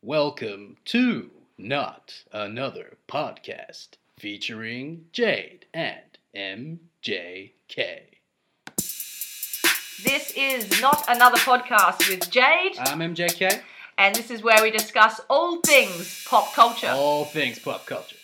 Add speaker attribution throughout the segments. Speaker 1: Welcome to Not Another Podcast featuring Jade and MJK.
Speaker 2: This is Not Another Podcast with Jade,
Speaker 1: I'm MJK.
Speaker 2: and this is where we discuss all things pop culture.
Speaker 3: Oh.
Speaker 1: All things pop culture.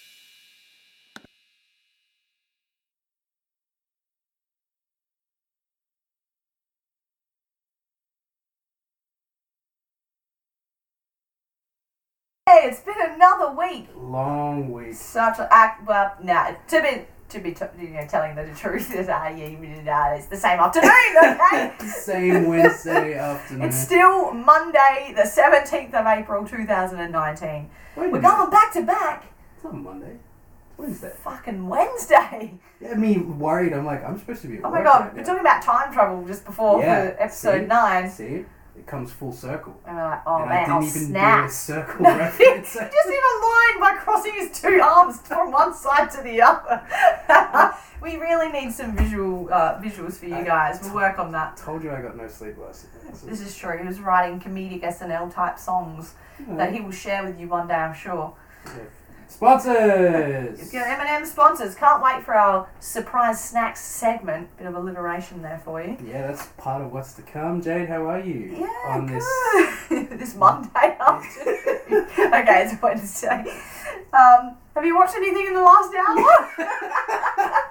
Speaker 3: Hey, it's been another week.
Speaker 4: long week.
Speaker 3: Such a act. Well, no, to be to be t- you know telling the truth is ah yeah, you did that. It's the same afternoon. Okay,
Speaker 4: Same Wednesday afternoon.
Speaker 3: it's still Monday, the seventeenth of April, two thousand and nineteen.
Speaker 4: Wait a
Speaker 3: We're
Speaker 4: minute.
Speaker 2: Mm.
Speaker 3: going back to back.
Speaker 4: It's not Monday. It's Wednesday.
Speaker 3: Fucking Wednesday.
Speaker 4: Yeah, me worried. I'm like, I'm supposed to be. At
Speaker 3: Oh my
Speaker 4: work
Speaker 3: god,
Speaker 4: right
Speaker 3: we're
Speaker 4: now.
Speaker 3: talking about time travel just before
Speaker 4: Yeah,
Speaker 3: for episode
Speaker 4: see?
Speaker 3: nine,
Speaker 4: See, it comes full circle.
Speaker 3: and we're like, oh
Speaker 4: and
Speaker 3: man,
Speaker 4: I didn't
Speaker 3: I'll
Speaker 4: even do
Speaker 3: snap.
Speaker 4: a circle
Speaker 3: just
Speaker 4: reference.
Speaker 3: in a line by crossing his two arms from one side to the other. we really need some visual uh, visuals for you guys. We'll work on that.
Speaker 4: Told you I got no sleep last night. So-
Speaker 3: This is true. He was writing comedic SNL type songs that he will share with you one day, I'm sure.
Speaker 4: Sponsors.
Speaker 3: It's got M&M sponsors. Can't wait for our surprise snacks segment. Bit of alliteration there for you.
Speaker 4: Yeah, that's part of what's to come. Jade, how are you?
Speaker 3: Yeah,
Speaker 4: On
Speaker 3: good.
Speaker 4: this.
Speaker 3: this Monday afternoon. okay, it's Wednesday. Um, have you watched anything in the last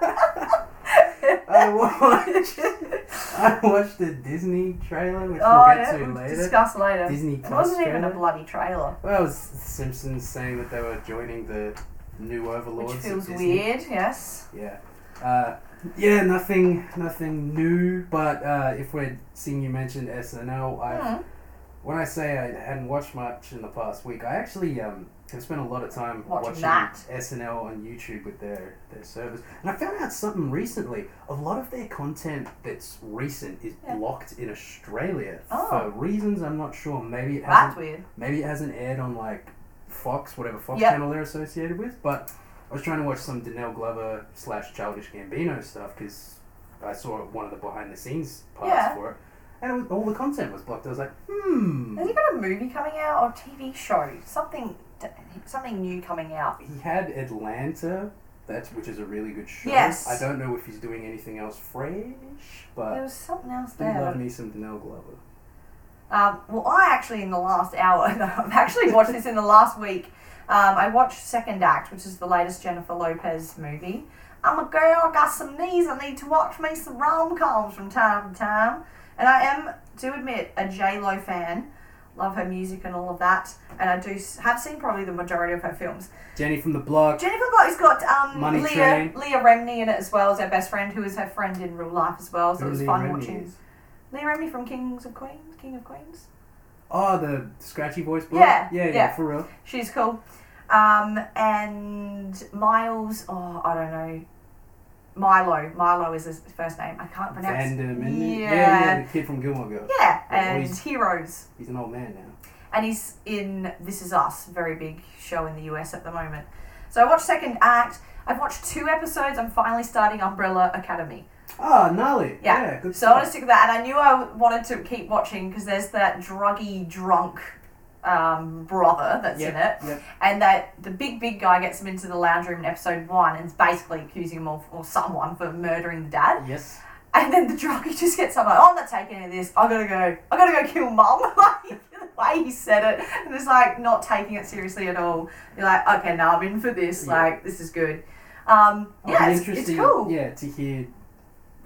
Speaker 3: hour?
Speaker 4: I watched. I watched the Disney trailer, which
Speaker 3: oh,
Speaker 4: we'll get
Speaker 3: yeah,
Speaker 4: to
Speaker 3: we'll
Speaker 4: later.
Speaker 3: discuss later.
Speaker 4: Disney
Speaker 3: it
Speaker 4: Plus
Speaker 3: wasn't even a
Speaker 4: trailer.
Speaker 3: bloody trailer,
Speaker 4: Well, it was The Simpsons saying that they were joining the new overlords.
Speaker 3: which
Speaker 4: of
Speaker 3: feels
Speaker 4: Disney.
Speaker 3: weird. Yes.
Speaker 4: Yeah. Uh, yeah, nothing, nothing new. But uh, if we're seeing you mentioned SNL, I
Speaker 3: Hmm.
Speaker 4: when I say I hadn't watched much in the past week, I actually um, have spent a lot of time
Speaker 3: Watching
Speaker 4: watching
Speaker 3: that.
Speaker 4: SNL on YouTube with their their service, and I found out something recently. A lot of their content that's recent is
Speaker 3: Yeah.
Speaker 4: blocked in Australia
Speaker 3: Oh.
Speaker 4: for reasons I'm not sure. Maybe it hasn't
Speaker 3: That's weird.
Speaker 4: maybe it hasn't aired on like Fox, whatever Fox
Speaker 3: Yep.
Speaker 4: channel they're associated with. But I was trying to watch some Danelle Glover slash Childish Gambino stuff because I saw one of the behind the scenes parts
Speaker 3: Yeah.
Speaker 4: for it, and it was, all the content was blocked. I was like, hmm.
Speaker 3: Has he got a movie coming out or TV show? Something, something new coming out.
Speaker 4: He had Atlanta. That's which is a really good show.
Speaker 3: Yes.
Speaker 4: I don't know if he's doing anything else fresh,
Speaker 3: There
Speaker 4: but
Speaker 3: was something else
Speaker 4: do
Speaker 3: there. but-
Speaker 4: love me some Danelle Glover.
Speaker 3: Um, well, I actually, in the last hour, no, I've actually watched this in the last week. Um, I watched Second Act, which is the latest Jennifer Lopez movie. I'm a girl, I got some knees, I need to watch me some rom coms from time to time. And I am, do admit, a J-Lo fan. Love her music and all of that. And I do s- have seen probably the majority of her films.
Speaker 4: Jenny from the block.
Speaker 3: Jennifer Lopez got um,
Speaker 4: Money
Speaker 3: Leah,
Speaker 4: Train.
Speaker 3: Leah Remney in it as well as her best friend, who is her friend in real life as well. So it was
Speaker 4: Lee
Speaker 3: fun
Speaker 4: Rennie
Speaker 3: watching.
Speaker 4: is-
Speaker 3: Leah Remney from Kings of Queens? King of Queens?
Speaker 4: Oh, the scratchy voice. bloke?
Speaker 3: Yeah,
Speaker 4: yeah,
Speaker 3: yeah.
Speaker 4: yeah, for real.
Speaker 3: She's cool. Um, and Miles, oh, I don't know. Milo. Milo is his first name. I can't pronounce
Speaker 4: Vandam, isn't it?
Speaker 3: Yeah.
Speaker 4: yeah, yeah, the kid from Gilmore Girls.
Speaker 3: Yeah,
Speaker 4: Yeah,
Speaker 3: and
Speaker 4: he's-
Speaker 3: Heroes.
Speaker 4: He's an old man now.
Speaker 3: And he's in This Is Us, very big show in the US at the moment. So I watched Second Act. I've watched two episodes. I'm finally starting Umbrella Academy.
Speaker 4: Ah, gnarly.
Speaker 3: Yeah.
Speaker 4: Yeah, good
Speaker 3: So I want to
Speaker 4: stuff.
Speaker 3: stick with that, and I knew I wanted to keep watching because there's that druggy drunk um, brother that's in
Speaker 4: Yeah,
Speaker 3: it,
Speaker 4: yeah.
Speaker 3: and that the big big guy gets him into the lounge room in episode one, and is basically accusing him of, or someone for murdering the dad,
Speaker 4: Yes.
Speaker 3: and then the druggy just gets up like, oh, I'm not taking any of this. I gotta go. I gotta go kill mum. like the way he said it, and it's like not taking it seriously at all. You're like, okay, now I'm in for this.
Speaker 4: Yeah.
Speaker 3: Like this is good. Um,
Speaker 4: I'll
Speaker 3: yeah,
Speaker 4: be
Speaker 3: it's,
Speaker 4: interested,
Speaker 3: it's cool.
Speaker 4: Yeah, to hear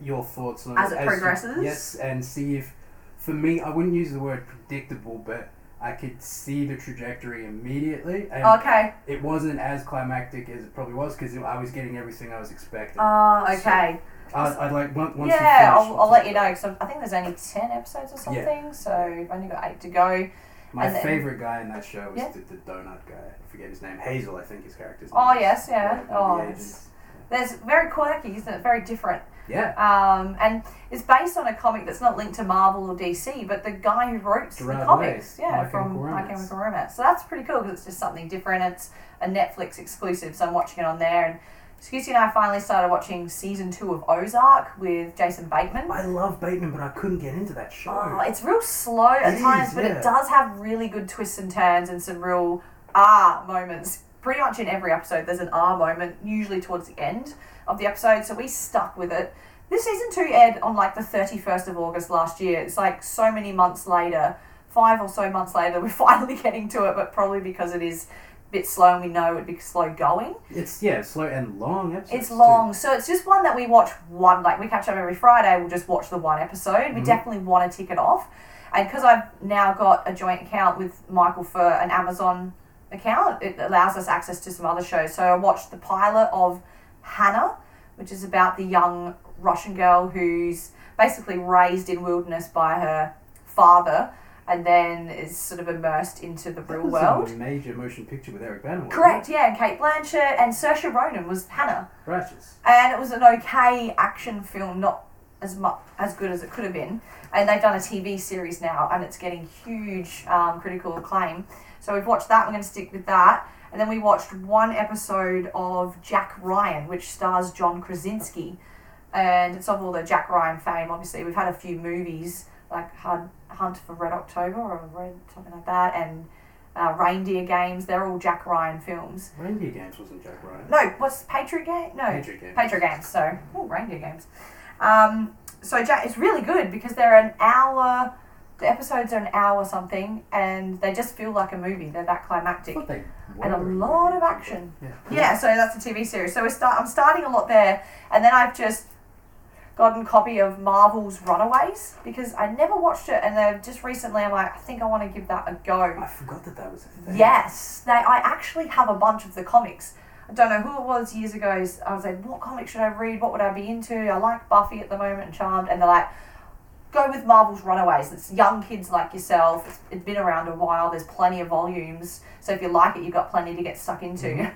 Speaker 4: your thoughts on
Speaker 3: As it
Speaker 4: you-
Speaker 3: progresses?
Speaker 4: yes, and see if, for me, I wouldn't use the word predictable, but I could see the trajectory immediately, and
Speaker 3: Okay.
Speaker 4: it wasn't as climactic as it probably was because I was getting everything I was expecting.
Speaker 3: Oh, okay.
Speaker 4: I, I'd like on- once
Speaker 3: yeah,
Speaker 4: you
Speaker 3: I'll, I'll let you know. Cause I think there's only ten episodes or something, so we've only got eight to go.
Speaker 4: My
Speaker 3: and then-
Speaker 4: favorite guy in that show was
Speaker 3: Yeah.
Speaker 4: the, the donut guy. I forget his name. Hazel, I think his character's name.
Speaker 3: Oh
Speaker 4: is.
Speaker 3: yes, yeah.
Speaker 4: one of the
Speaker 3: Oh,
Speaker 4: agents.
Speaker 3: it's, there's very quirky, isn't it? Very different.
Speaker 4: Yeah.
Speaker 3: Um, and it's based on a comic that's not linked to Marvel or DC, but the guy who wrote the
Speaker 4: Gerard
Speaker 3: comics,
Speaker 4: Way,
Speaker 3: yeah,
Speaker 4: My
Speaker 3: from
Speaker 4: Chemical
Speaker 3: My
Speaker 4: Romance.
Speaker 3: Chemical Romance. So that's pretty cool because it's just something different. It's a Netflix exclusive, so I'm watching it on there and Scusi and I finally started watching season two of Ozark with Jason Bateman.
Speaker 5: I love Bateman, but I couldn't get into that
Speaker 3: Oh,
Speaker 5: show.
Speaker 3: it's real slow at
Speaker 5: It
Speaker 3: times,
Speaker 5: is,
Speaker 3: but
Speaker 5: yeah.
Speaker 3: it does have really good twists and turns and some real ah moments. Pretty much in every episode, there's an ah moment, usually towards the end of the episode, so we stuck with it. This season two aired on like the 31st of August last year. It's like so many months later, five or so months later, we're finally getting to it, but probably because it is a bit slow and we know it'd be slow going.
Speaker 5: It's yeah, slow and long episodes.
Speaker 3: It's
Speaker 5: too.
Speaker 3: long, so it's just one that we watch one. Like we catch up every Friday. We'll just watch the one episode. We
Speaker 5: Mm-hmm.
Speaker 3: definitely want to tick it off, and because I've now got a joint account with Michael for an Amazon account, it allows us access to some other shows. So I watched the pilot of Hannah, which is about the young Russian girl who's basically raised in wilderness by her father, and then is sort of immersed into the
Speaker 5: That
Speaker 3: real
Speaker 5: was
Speaker 3: world.
Speaker 5: A major motion picture with Eric Bana. wasn't it?
Speaker 3: Correct, yeah, and Kate Blanchett and Saoirse Ronan was Hannah
Speaker 5: Righteous.
Speaker 3: and it was an okay action film, not as much as good as it could have been. And they've done a TV series now, and it's getting huge um, critical acclaim. So we've watched that. We're going to stick with that. And then we watched one episode of Jack Ryan, which stars John Krasinski, and it's of all the Jack Ryan fame. Obviously, we've had a few movies like Hun- Hunt for Red October or Red something like that, and uh, Reindeer Games. They're all Jack Ryan films.
Speaker 5: Reindeer Games wasn't Jack Ryan.
Speaker 3: No, what's Patriot Game? No,
Speaker 5: Patriot Games.
Speaker 3: Patriot Games. So, ooh, Reindeer Games. Um, so Jack, it's really good because they're an hour. The episodes are an hour something, and they just feel like a movie. They're that
Speaker 5: I
Speaker 3: climactic.
Speaker 5: thought they
Speaker 3: And a
Speaker 5: were.
Speaker 3: lot of action.
Speaker 5: Yeah.
Speaker 3: Yeah, so that's a TV series. So we start. I'm starting a lot there, and then I've just gotten copy of Marvel's Runaways because I never watched it, and then just recently I'm like, I think I want to give that a go.
Speaker 5: I forgot that that was a thing.
Speaker 3: Yes, they, I actually have a bunch of the comics. I don't know who it was years ago. s- I was like, what comic should I read? What would I be into? I like Buffy at the moment and Charmed. And they're like, go with Marvel's Runaways. It's young kids like yourself. It's, it's been around a while. There's plenty of volumes. So if you like it, you've got plenty to get stuck into.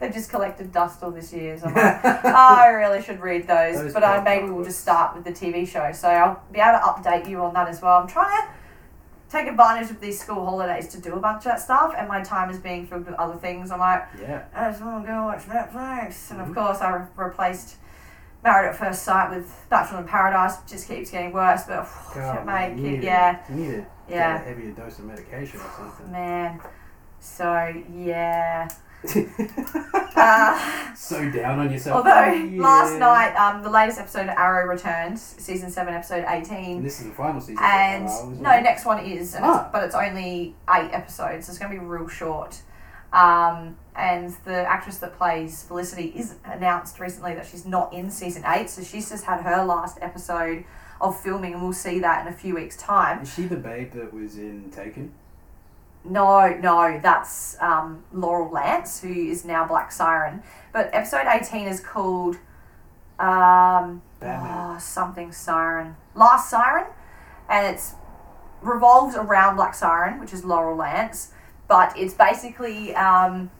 Speaker 3: They've just collected dust all this year. So I'm like, "Oh, I really should read those,
Speaker 5: Those
Speaker 3: but I,
Speaker 5: pop
Speaker 3: maybe we'll
Speaker 5: books.
Speaker 3: just start with the TV show. So I'll be able to update you on that as well. I'm trying to take advantage of these school holidays to do a bunch of that stuff, and my time is being filled with other things. I'm like,
Speaker 5: Yeah.
Speaker 3: I just want to go watch Netflix. And
Speaker 5: Mhm.
Speaker 3: of course, I re- replaced Married at First Sight with Bachelor in Paradise, which just keeps getting worse, but
Speaker 5: God,
Speaker 3: mate,
Speaker 5: you need
Speaker 3: yeah,
Speaker 5: To, you need to
Speaker 3: Yeah.
Speaker 5: get a heavier dose of medication or something.
Speaker 3: man. So, yeah. Uh,
Speaker 5: so down on yourself.
Speaker 3: although, last
Speaker 5: Oh, Yeah.
Speaker 3: night, um, the latest episode of Arrow returns, season 7, episode 18.
Speaker 5: And this is the final season. so
Speaker 3: and
Speaker 5: far, isn't
Speaker 3: no,
Speaker 5: it?
Speaker 3: next one is, and
Speaker 5: Ah.
Speaker 3: it's, but it's only eight episodes. So it's going to be real short. Um, and the actress that plays Felicity is announced recently that she's not in season eight, so she's just had her last episode of filming, and we'll see that in a few weeks' time.
Speaker 5: Is she the babe that was in Taken?
Speaker 3: No, no, that's um, Laurel Lance, who is now Black Siren. But episode eighteen is called um,
Speaker 5: Batman.
Speaker 3: oh, something Siren, Last Siren, and it's revolves around Black Siren, which is Laurel Lance. But it's basically um,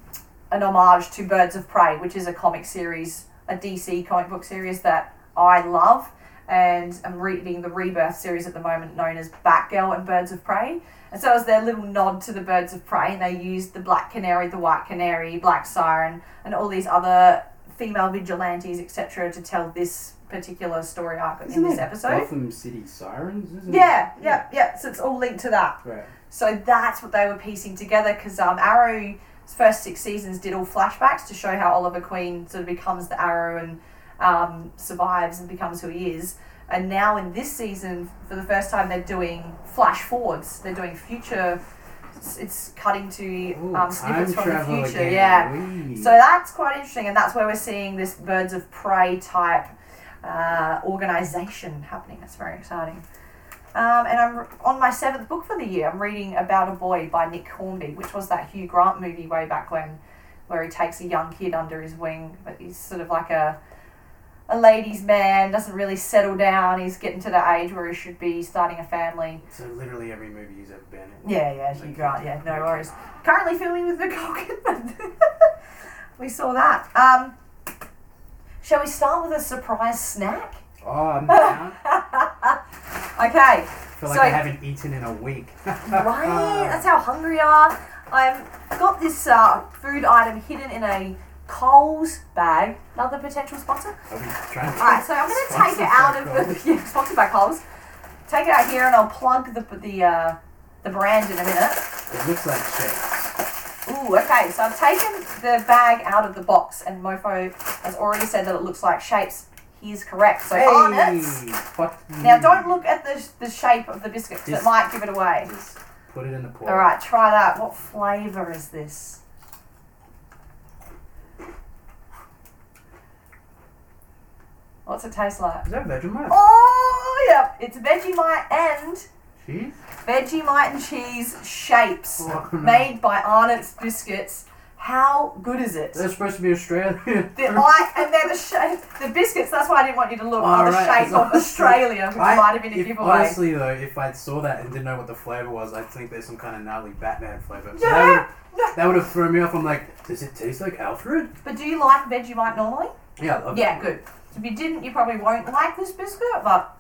Speaker 3: an homage to Birds of Prey, which is a comic series, a DC comic book series that I love. And I'm reading the Rebirth series at the moment, known as Batgirl and Birds of Prey. And so it was their little nod to the Birds of Prey, and they used the Black Canary, the White Canary, Black Siren, and all these other female vigilantes, etc., to tell this particular story arc in this
Speaker 5: it
Speaker 3: episode.
Speaker 5: Gotham City Sirens, isn't
Speaker 3: Yeah,
Speaker 5: it?
Speaker 3: yeah, yeah. So it's all linked to that.
Speaker 5: Right.
Speaker 3: So that's what they were piecing together because um, Arrow's first six seasons did all flashbacks to show how Oliver Queen sort of becomes the Arrow and um, survives and becomes who he is. And now in this season, for the first time, they're doing flash forwards. They're doing future. It's, it's cutting to
Speaker 5: Ooh,
Speaker 3: um, snippets
Speaker 5: time
Speaker 3: from the
Speaker 5: travel
Speaker 3: future.
Speaker 5: again.
Speaker 3: Yeah.
Speaker 5: Wee.
Speaker 3: So that's quite interesting, and that's where we're seeing this birds of prey type uh, organization happening. That's very exciting. Um, and I'm on my seventh book for the year. I'm reading About a Boy by Nick Hornby, which was that Hugh Grant movie way back when, where he takes a young kid under his wing, but he's sort of like a a ladies' man, doesn't really settle down. He's getting to the age where he should be starting a family.
Speaker 5: So literally every movie he's ever been in.
Speaker 3: Yeah, yeah, Hugh Grant, yeah, no worries. Currently filming with Nicole Kidman. we saw that. Um, shall we start with a surprise snack?
Speaker 5: Oh, I'm down.
Speaker 3: Okay,
Speaker 5: feel like
Speaker 3: So-
Speaker 5: I haven't eaten in a week.
Speaker 3: right, that's how hungry I are. I've got this uh, food item hidden in a Coles bag, another potential sponsor.
Speaker 5: Are we trying to-
Speaker 3: Alright, so I'm going to take it out of the yeah, sponsored by Coles. Take it out here, and I'll plug the the uh, the brand in a minute.
Speaker 5: It looks like shakes.
Speaker 3: Ooh, okay. So I've taken the bag out of the box, and Mofo has already said that it looks like shapes. He is correct. So on it.
Speaker 5: fuck you.
Speaker 3: Now, don't look at the, the shape of the biscuit 'cause
Speaker 5: Yes.
Speaker 3: it might give it away.
Speaker 5: Just put it in the pot.
Speaker 3: All right, try that. What flavour is this? What's it taste like?
Speaker 5: Is that Vegemite?
Speaker 3: Oh, yep. It's Vegemite and
Speaker 5: Cheese?
Speaker 3: Vegemite and cheese shapes
Speaker 5: Oh, no.
Speaker 3: made by Arnott's Biscuits. How good is it?
Speaker 5: They're supposed to be Australian.
Speaker 3: The, I, and they're the shape, the biscuits. That's why I didn't want you to look on the
Speaker 5: Alright,
Speaker 3: shape of
Speaker 5: as long as-
Speaker 3: Australia, which
Speaker 5: I-
Speaker 3: might have been a
Speaker 5: if-
Speaker 3: giveaway.
Speaker 5: Honestly, though, if I saw that and didn't know what the flavor was, I'd think there's some kind of gnarly Batman flavor. So
Speaker 3: Yeah.
Speaker 5: that would- That would have thrown me off. I'm like, does it taste like Alfred?
Speaker 3: But do you like Vegemite normally?
Speaker 5: Yeah, I love
Speaker 3: Yeah,
Speaker 5: it.
Speaker 3: good. If you didn't, you probably won't like this biscuit, but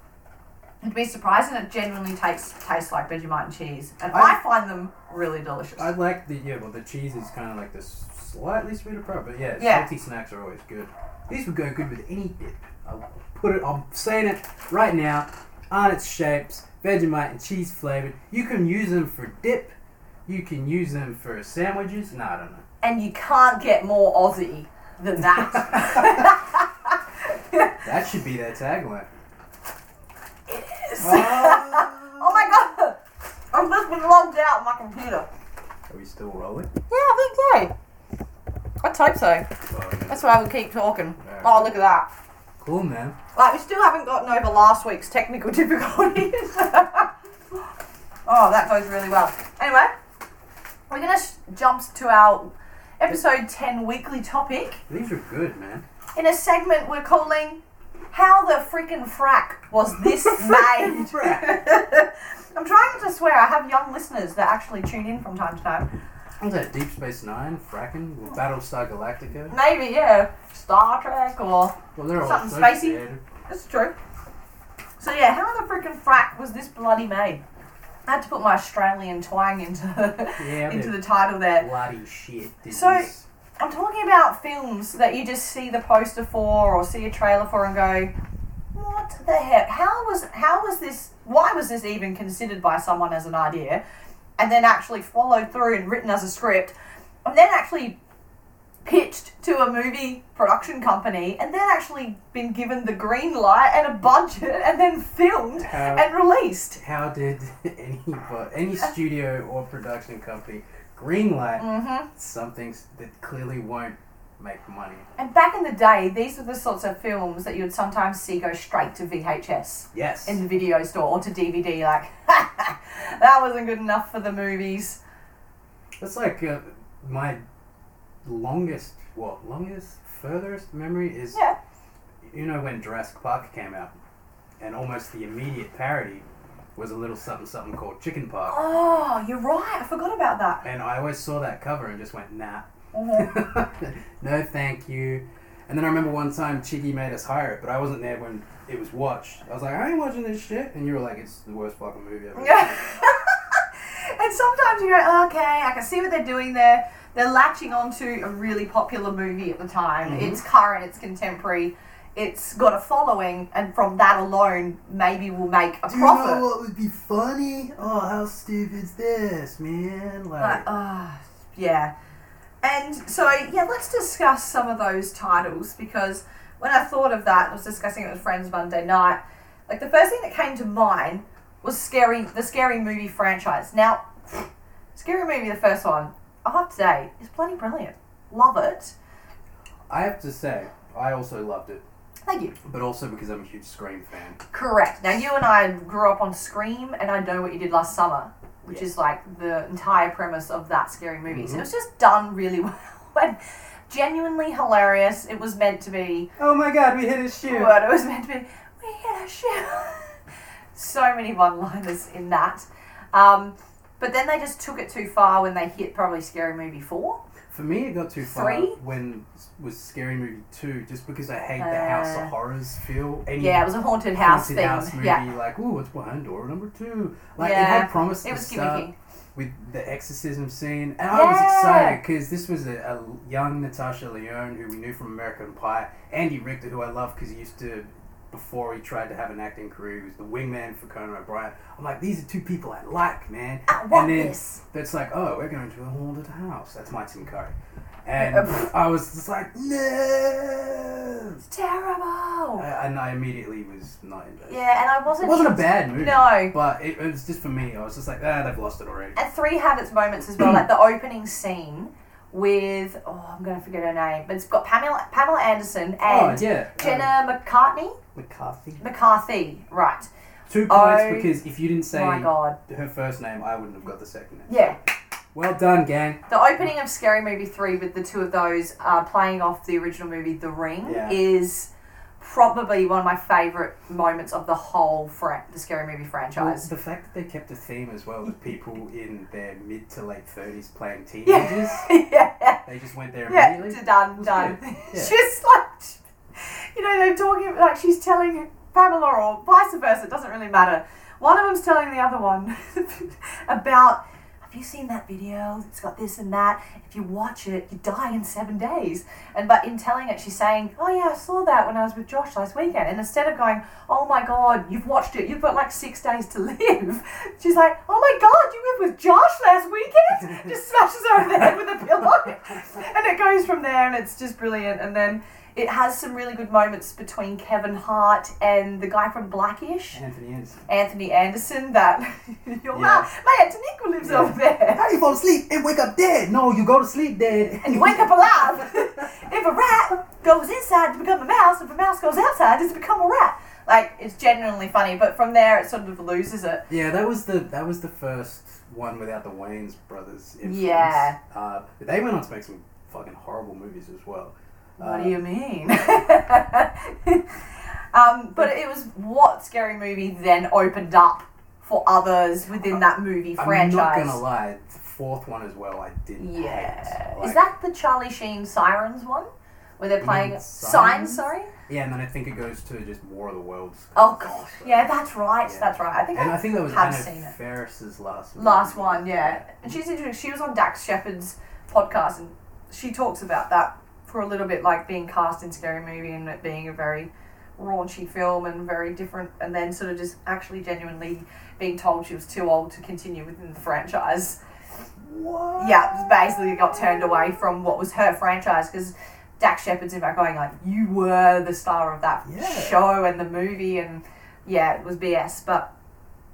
Speaker 3: it'd be surprising. It genuinely tastes tastes like Vegemite and cheese, and I,
Speaker 5: I-
Speaker 3: find them really delicious.
Speaker 5: I like the yeah, well the cheese is kind of like this slightly sweeter part, but yeah,
Speaker 3: Yeah.
Speaker 5: salty snacks are always good. These would go good with any dip. I'll put it. I'm saying it right now. On its shapes, Vegemite and cheese flavored. You can use them for dip. You can use them for sandwiches. No, I don't know.
Speaker 3: and you can't get more Aussie than that.
Speaker 5: That should be their tagline.
Speaker 3: Yes. oh my god! I've just been logged out of my computer.
Speaker 5: Are we still rolling?
Speaker 3: Yeah, I think so. I hope so.
Speaker 5: Oh, yeah.
Speaker 3: That's why we keep talking.
Speaker 5: Yeah.
Speaker 3: Oh, look at that.
Speaker 5: Cool, man.
Speaker 3: Like, we still haven't gotten over last week's technical difficulties. oh, that goes really well. Anyway, we're going to sh- jump to our episode 10 weekly topic
Speaker 5: These are good, man.
Speaker 3: in a segment we're calling How the Freaking Frack Was This Made? I'm trying not to swear. I have young listeners that actually tune in from time to time.
Speaker 5: What's that? Deep Space Nine, Fracking, or Battlestar Galactica.
Speaker 3: Maybe, yeah, Star Trek or
Speaker 5: Well, they're all
Speaker 3: Something
Speaker 5: so
Speaker 3: spicy.
Speaker 5: creative.
Speaker 3: That's true. So yeah, how the freaking frack was this bloody made? I had to put my Australian twang into the,
Speaker 5: Yeah,
Speaker 3: into
Speaker 5: but
Speaker 3: the title there.
Speaker 5: bloody shit. This
Speaker 3: So-
Speaker 5: is-
Speaker 3: I'm talking about films that you just see the poster for or see a trailer for and go, what the heck? How was how was this? Why was this even considered by someone as an idea, and then actually followed through and written as a script, and then actually pitched to a movie production company, and then actually been given the green light and a budget, and then filmed
Speaker 5: How-
Speaker 3: and released.
Speaker 5: How did any any studio or production company greenlight
Speaker 3: hmm
Speaker 5: something that clearly won't make money?
Speaker 3: And back in the day, these were the sorts of films that you would sometimes see go straight to VHS.
Speaker 5: Yes.
Speaker 3: in the video store or to DVD. Like that wasn't good enough for the movies.
Speaker 5: That's like uh, my longest, well, longest, furthest memory is
Speaker 3: Yeah.
Speaker 5: you know when Jurassic Park came out, and almost the immediate parody was a little something something called Chicken Park.
Speaker 3: Oh, you're right. I forgot about that.
Speaker 5: And I always saw that cover and just went, nah.
Speaker 3: Mhm.
Speaker 5: no, thank you. And then I remember one time Chiggy made us hire it, but I wasn't there when it was watched. I was like, I ain't watching this shit. And you were like, it's the worst fucking movie ever.
Speaker 3: Yeah. and sometimes you go, okay, I can see what they're doing there. They're latching onto a really popular movie at the time.
Speaker 5: Mhm.
Speaker 3: It's current. It's contemporary. It's got a following, and from that alone, maybe we'll make a
Speaker 5: Do you know
Speaker 3: profit.
Speaker 5: what would be funny? Oh, how stupid's this, man?
Speaker 3: Like,
Speaker 5: Like,
Speaker 3: ah, yeah. And so, yeah, let's discuss some of those titles because when I thought of that, I was discussing it with friends Monday night. Like the first thing that came to mind was scary, the scary movie franchise. Now, scary movie, the first one, I have to say, is bloody brilliant. Love it.
Speaker 5: I have to say, I also loved it,
Speaker 3: Thank you.
Speaker 5: but also because I'm a huge Scream fan.
Speaker 3: Correct. Now, you and I grew up on Scream, and I know what you did last summer, which
Speaker 5: Yeah.
Speaker 3: is like the entire premise of that scary movie. So
Speaker 5: Mhm.
Speaker 3: it was just done really well and genuinely hilarious. It was meant to be
Speaker 5: Oh my god, we hit a shoe!
Speaker 3: what it was meant to be. We hit a shoe. so many one-liners in that. Um, but then they just took it too far when they hit probably Scary Movie four.
Speaker 5: For me, it got too far
Speaker 3: Three?
Speaker 5: when s- was Scary Movie 2, just because I hate the House
Speaker 3: Uh,
Speaker 5: of Horrors feel. Any
Speaker 3: Yeah, it was a haunted house
Speaker 5: haunted
Speaker 3: thing.
Speaker 5: house movie.
Speaker 3: yeah,
Speaker 5: Like, ooh, what's behind door number two? Like,
Speaker 3: Yeah.
Speaker 5: it had promise at
Speaker 3: it
Speaker 5: the
Speaker 3: was
Speaker 5: start.
Speaker 3: gimmicky.
Speaker 5: with the exorcism scene, and I was
Speaker 3: Yeah.
Speaker 5: excited because this was a, a young Natasha Leone who we knew from American Pie, Andy Richter, who I love because he used to. Before he tried to have an acting career, he was the wingman for Conan O'Brien. I'm like, these are two people I like, man.
Speaker 3: I want
Speaker 5: and then
Speaker 3: this.
Speaker 5: that's like, oh, we're going to a haunted house. That's my Tim Curry.
Speaker 3: Uh,
Speaker 5: And I was just like, no.
Speaker 3: Terrible.
Speaker 5: I- and I immediately was not invested.
Speaker 3: Yeah, and I
Speaker 5: It
Speaker 3: wasn't.
Speaker 5: wasn't a bad movie.
Speaker 3: No.
Speaker 5: But it, it was just for me. I was just like, ah, they've lost it already.
Speaker 3: And three had its moments as well, like the opening scene with oh, I'm going to forget her name, but it's got Pamela Pamela Anderson
Speaker 5: Oh,
Speaker 3: and
Speaker 5: yeah. Um,
Speaker 3: Jenna McCartney
Speaker 5: McCarthy.
Speaker 3: McCarthy. Right.
Speaker 5: Two points
Speaker 3: Oh,
Speaker 5: because if you didn't say
Speaker 3: my God.
Speaker 5: her first name, I wouldn't have got the second name.
Speaker 3: Yeah.
Speaker 5: Well done, gang.
Speaker 3: The opening of Scary Movie 3 with the two of those uh, playing off the original movie The Ring
Speaker 5: Yeah.
Speaker 3: is probably one of my favourite moments of the whole fra- the Scary Movie
Speaker 5: Well,
Speaker 3: franchise.
Speaker 5: the fact that they kept a theme as well with people in their mid to late 30s playing
Speaker 3: Yeah.
Speaker 5: teenagers,
Speaker 3: yeah.
Speaker 5: they just went there
Speaker 3: Yeah,
Speaker 5: immediately.
Speaker 3: d- done,
Speaker 5: was
Speaker 3: done.
Speaker 5: good.
Speaker 3: She's like, you know, they're talking, like she's telling Pamela or vice versa, it doesn't really matter. One of them's telling the other one about, have you seen that video? It's got this and that. If you watch it, you die in seven days. And but in telling it, she's saying, oh yeah, I saw that when I was with Josh last weekend. And instead of going, oh my God, you've watched it, you've got like six days to live. She's like, oh my God, you went with Josh last weekend? Just smashes her over the head with a pillow. And it goes from there and it's just brilliant. And then it has some really good moments between Kevin Hart and the guy from Blackish,
Speaker 5: Anthony Anderson.
Speaker 3: Anthony Anderson, that your
Speaker 5: Yeah.
Speaker 3: ma, my Aunt Nico lives
Speaker 5: Yeah.
Speaker 3: over there.
Speaker 5: How do you fall asleep and wake up dead? No, you go to sleep dead.
Speaker 3: And you wake up alive. if a rat goes inside to become a mouse, if a mouse goes outside, it's become a rat. Like it's genuinely funny, but from there it sort of loses it.
Speaker 5: Yeah, that was the that was the first one without the Wayne's brothers. Influence.
Speaker 3: Yeah.
Speaker 5: Uh, but they went on to make some fucking horrible movies as well.
Speaker 3: What
Speaker 5: Uh,
Speaker 3: do you mean? um, but it was what scary movie then opened up for others within that movie
Speaker 5: Uh, I'm
Speaker 3: franchise.
Speaker 5: not gonna lie, the fourth one as well. I didn't.
Speaker 3: Yeah.
Speaker 5: Hate. Like-
Speaker 3: Is that the Charlie Sheen Sirens one? Where they're playing
Speaker 5: mean
Speaker 3: Signs,
Speaker 5: Sirens?
Speaker 3: sorry?
Speaker 5: Yeah, and then I think it goes to just War of the Worlds.
Speaker 3: Oh god. Yeah, that's right.
Speaker 5: Yeah.
Speaker 3: That's right. I think
Speaker 5: And
Speaker 3: I,
Speaker 5: I think that was
Speaker 3: have
Speaker 5: Anna
Speaker 3: seen it.
Speaker 5: Ferris's last one.
Speaker 3: Last one, yeah. And she's interesting. She was on Dax Shepard's podcast and she talks about that for a little bit like being cast in Scary Movie and it being a very raunchy film and very different and then sort of just actually genuinely being told she was too old to continue within the franchise.
Speaker 5: What?
Speaker 3: yeah, basically got turned away from what was her franchise because Dax Shepard's in fact going like, "You were the star of that
Speaker 5: Yeah.
Speaker 3: show and the movie," and yeah, it was BS. But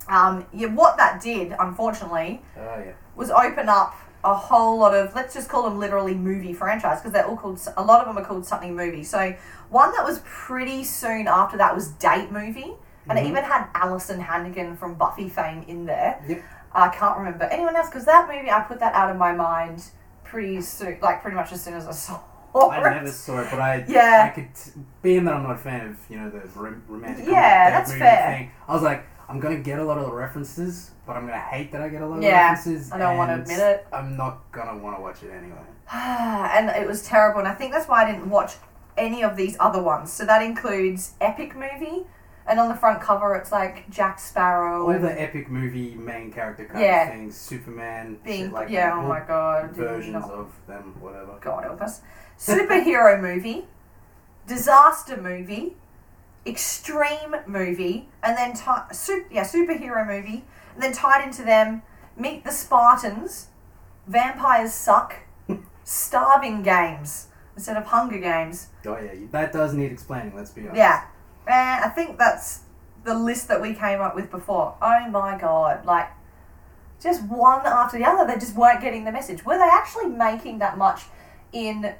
Speaker 3: um, yeah, what that did, unfortunately,
Speaker 5: Oh yeah.
Speaker 3: was open up a whole lot of let's just call them literally movie franchise because they're all called a lot of them are called something movie. So one that was pretty soon after that was Date Movie, and
Speaker 5: Mm-hmm.
Speaker 3: it even had Alison Hannigan from Buffy fame in there.
Speaker 5: Yep.
Speaker 3: I can't remember anyone else because that movie I put that out of my mind pretty soon, like pretty much as soon as I saw
Speaker 5: I
Speaker 3: it.
Speaker 5: never saw it, but I
Speaker 3: Yeah.
Speaker 5: I could t- being that I'm not a fan of you know the rom- romantic
Speaker 3: Yeah,
Speaker 5: comedy, that
Speaker 3: that's
Speaker 5: movie
Speaker 3: fair.
Speaker 5: Thing, I was like, I'm gonna get a lot of the references, but I'm gonna hate that I get a lot
Speaker 3: Yeah,
Speaker 5: of references.
Speaker 3: I don't wanna
Speaker 5: and
Speaker 3: admit it.
Speaker 5: I'm not gonna want to watch it anyway.
Speaker 3: and it was terrible. And I think that's why I didn't watch any of these other ones. So that includes Epic Movie, and on the front cover it's like Jack Sparrow
Speaker 5: All
Speaker 3: and
Speaker 5: the epic movie main character kind
Speaker 3: Yeah.
Speaker 5: of things, Superman,
Speaker 3: being
Speaker 5: shit like
Speaker 3: yeah.
Speaker 5: that,
Speaker 3: Oh
Speaker 5: all
Speaker 3: my god,
Speaker 5: versions
Speaker 3: not,
Speaker 5: of them, whatever.
Speaker 3: God help us. Superhero movie, disaster movie, extreme movie, and then ti- su- yeah superhero movie, and then tied into them, Meet the Spartans, Vampires Suck, Starving Games instead of Hunger Games.
Speaker 5: Oh yeah, you- that does need explaining. Let's be honest.
Speaker 3: Yeah. And I think that's the list that we came up with before. Oh my god. Like, just one after the other. They just weren't getting the message. Were they actually making that much in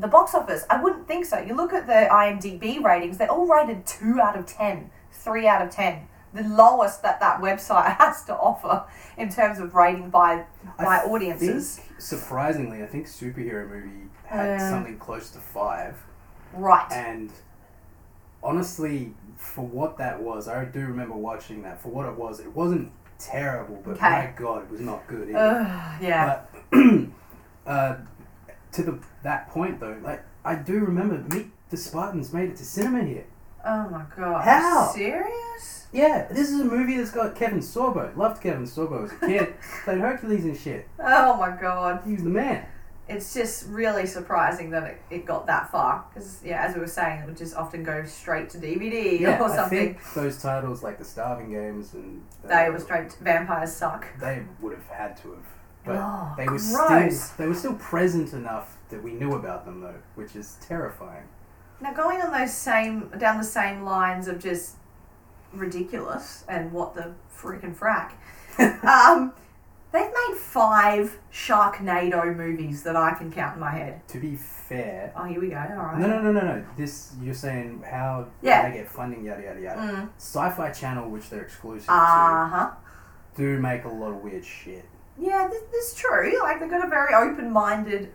Speaker 3: the box office? I wouldn't think so. You look at the IMDb ratings, they're all rated 2 out of 10, 3 out of 10. The lowest that that website has to offer in terms of rating by by
Speaker 5: I
Speaker 3: audiences. Um,
Speaker 5: think, surprisingly, I think superhero movie had
Speaker 3: Yeah.
Speaker 5: something close to five.
Speaker 3: Right.
Speaker 5: And honestly, for what that was, I do remember watching that. For what it was, it wasn't terrible, but my
Speaker 3: Okay.
Speaker 5: god, it was not good. Either.
Speaker 3: Ugh, yeah.
Speaker 5: But uh, to the that point though, like I do remember Meet the Spartans made it to cinema here.
Speaker 3: Oh my god.
Speaker 5: How?
Speaker 3: Serious?
Speaker 5: Yeah, this is a movie that's got Kevin Sorbo. Loved Kevin Sorbo as a kid. Played Hercules and shit.
Speaker 3: Oh my god.
Speaker 5: He was the man.
Speaker 3: It's just really surprising that it, it got that far. Because, yeah, as we were saying, it would just often go straight to DVD
Speaker 5: Yeah,
Speaker 3: or
Speaker 5: I
Speaker 3: something.
Speaker 5: think those titles like The Starving Games and uh,
Speaker 3: They were straight to Vampires Suck.
Speaker 5: They would have had to have, but
Speaker 3: Oh,
Speaker 5: they were
Speaker 3: gross.
Speaker 5: still they were still present enough that we knew about them though, which is terrifying.
Speaker 3: Now, going on those same, down the same lines of just ridiculous and what the freaking frack. um, they've made five Sharknado movies that I can count in my head.
Speaker 5: To be fair,
Speaker 3: Oh, here we go. All right.
Speaker 5: no, no, no, no, no. This you're saying how
Speaker 3: Yeah.
Speaker 5: they get funding, yada yada yada.
Speaker 3: Mm.
Speaker 5: Sci-Fi Channel, which they're exclusive
Speaker 3: Uh huh.
Speaker 5: to, do make a lot of weird shit.
Speaker 3: Yeah, this, this is true. Like, they've got a very open minded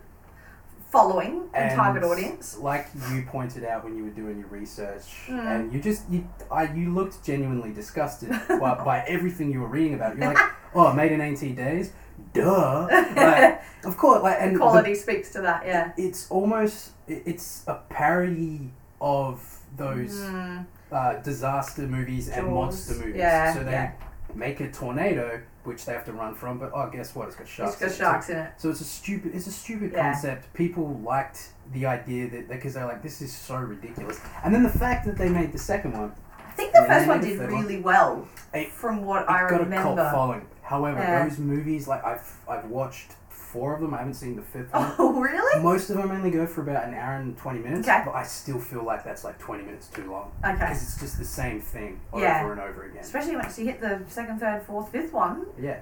Speaker 3: following and, target audience.
Speaker 5: Like you pointed out when you were doing your research,
Speaker 3: Mm.
Speaker 5: and you just you, I, you looked genuinely disgusted by, by everything you were reading about. You're like, oh, made in 18 days, duh. Like, of course, like and the-
Speaker 3: Quality speaks to that, yeah.
Speaker 5: it's almost it- it's a parody of those
Speaker 3: Mm,
Speaker 5: uh, disaster movies and
Speaker 3: Jaws.
Speaker 5: monster movies.
Speaker 3: Yeah,
Speaker 5: so they
Speaker 3: yeah.
Speaker 5: make a tornado, which they have to run from. But oh, guess what? It's got sharks.
Speaker 3: it's got
Speaker 5: in it, too.
Speaker 3: sharks in it.
Speaker 5: So it's a stupid, it's a stupid
Speaker 3: Yeah.
Speaker 5: concept. People liked the idea that because they're like, this is so ridiculous. And then the fact that they made the second one,
Speaker 3: I think the
Speaker 5: Yeah,
Speaker 3: first one
Speaker 5: the
Speaker 3: did
Speaker 5: third one.
Speaker 3: really well,
Speaker 5: It-
Speaker 3: from what
Speaker 5: it
Speaker 3: I
Speaker 5: got a cult
Speaker 3: remember.
Speaker 5: following. However,
Speaker 3: Yeah.
Speaker 5: those movies, like I've I've watched four of them. I haven't seen the fifth one.
Speaker 3: Oh, really?
Speaker 5: Most of them only go for about an hour and twenty minutes,
Speaker 3: Okay. Oh,
Speaker 5: but I still feel like that's like twenty minutes too long
Speaker 3: Okay.
Speaker 5: because it's just the same thing over
Speaker 3: Yeah.
Speaker 5: and over again.
Speaker 3: Especially once you hit the second, third, fourth, fifth one.
Speaker 5: Yeah,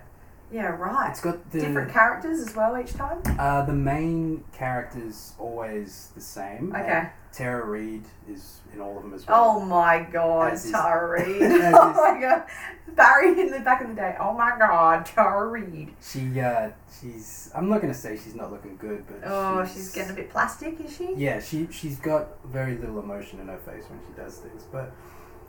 Speaker 3: Yeah, right.
Speaker 5: it's got the
Speaker 3: Different characters as well each time.
Speaker 5: uh, the main characters always the same.
Speaker 3: Okay.
Speaker 5: and Tara Reid is in all of them as well.
Speaker 3: Oh my god,
Speaker 5: As is-
Speaker 3: Tara Reid.
Speaker 5: as
Speaker 3: oh
Speaker 5: is-
Speaker 3: my god. Barry in the back of the day. Oh my god, Tara Reid.
Speaker 5: She, uh, she's. I'm not gonna say she's not looking good, but
Speaker 3: Oh, she's getting a bit plastic, is she?
Speaker 5: Yeah, she she's got very little emotion in her face when she does things. But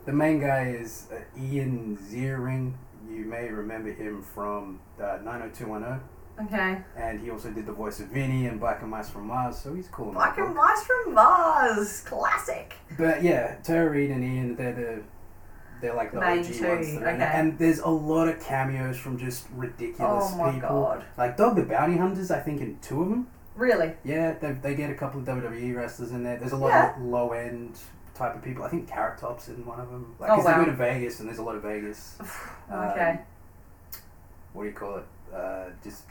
Speaker 5: the main guy is uh, Ian Ziering. You may remember him from uh, 90210,
Speaker 3: Okay.
Speaker 5: and he also did the voice of Vinny and Black and Mice from Mars, so he's cool. in
Speaker 3: Black
Speaker 5: that
Speaker 3: and
Speaker 5: book.
Speaker 3: Mice from Mars. Classic.
Speaker 5: But yeah, Tara Reid and Ian, they're the. They're like the
Speaker 3: Main
Speaker 5: OG
Speaker 3: two,
Speaker 5: ones. that are in it.
Speaker 3: okay.
Speaker 5: And there's a lot of cameos from just ridiculous
Speaker 3: Oh my
Speaker 5: people.
Speaker 3: God.
Speaker 5: Like Dog the Bounty Hunters, I think in two of them.
Speaker 3: Really?
Speaker 5: Yeah, they, they get a couple of WWE wrestlers in there. There's a lot of low end type of people. I think Carrot Top's in one of them. Like,
Speaker 3: Oh,
Speaker 5: 'cause
Speaker 3: wow.
Speaker 5: they go to Vegas, and there's a lot of Vegas. um,
Speaker 3: okay.
Speaker 5: what do you call it? Uh, just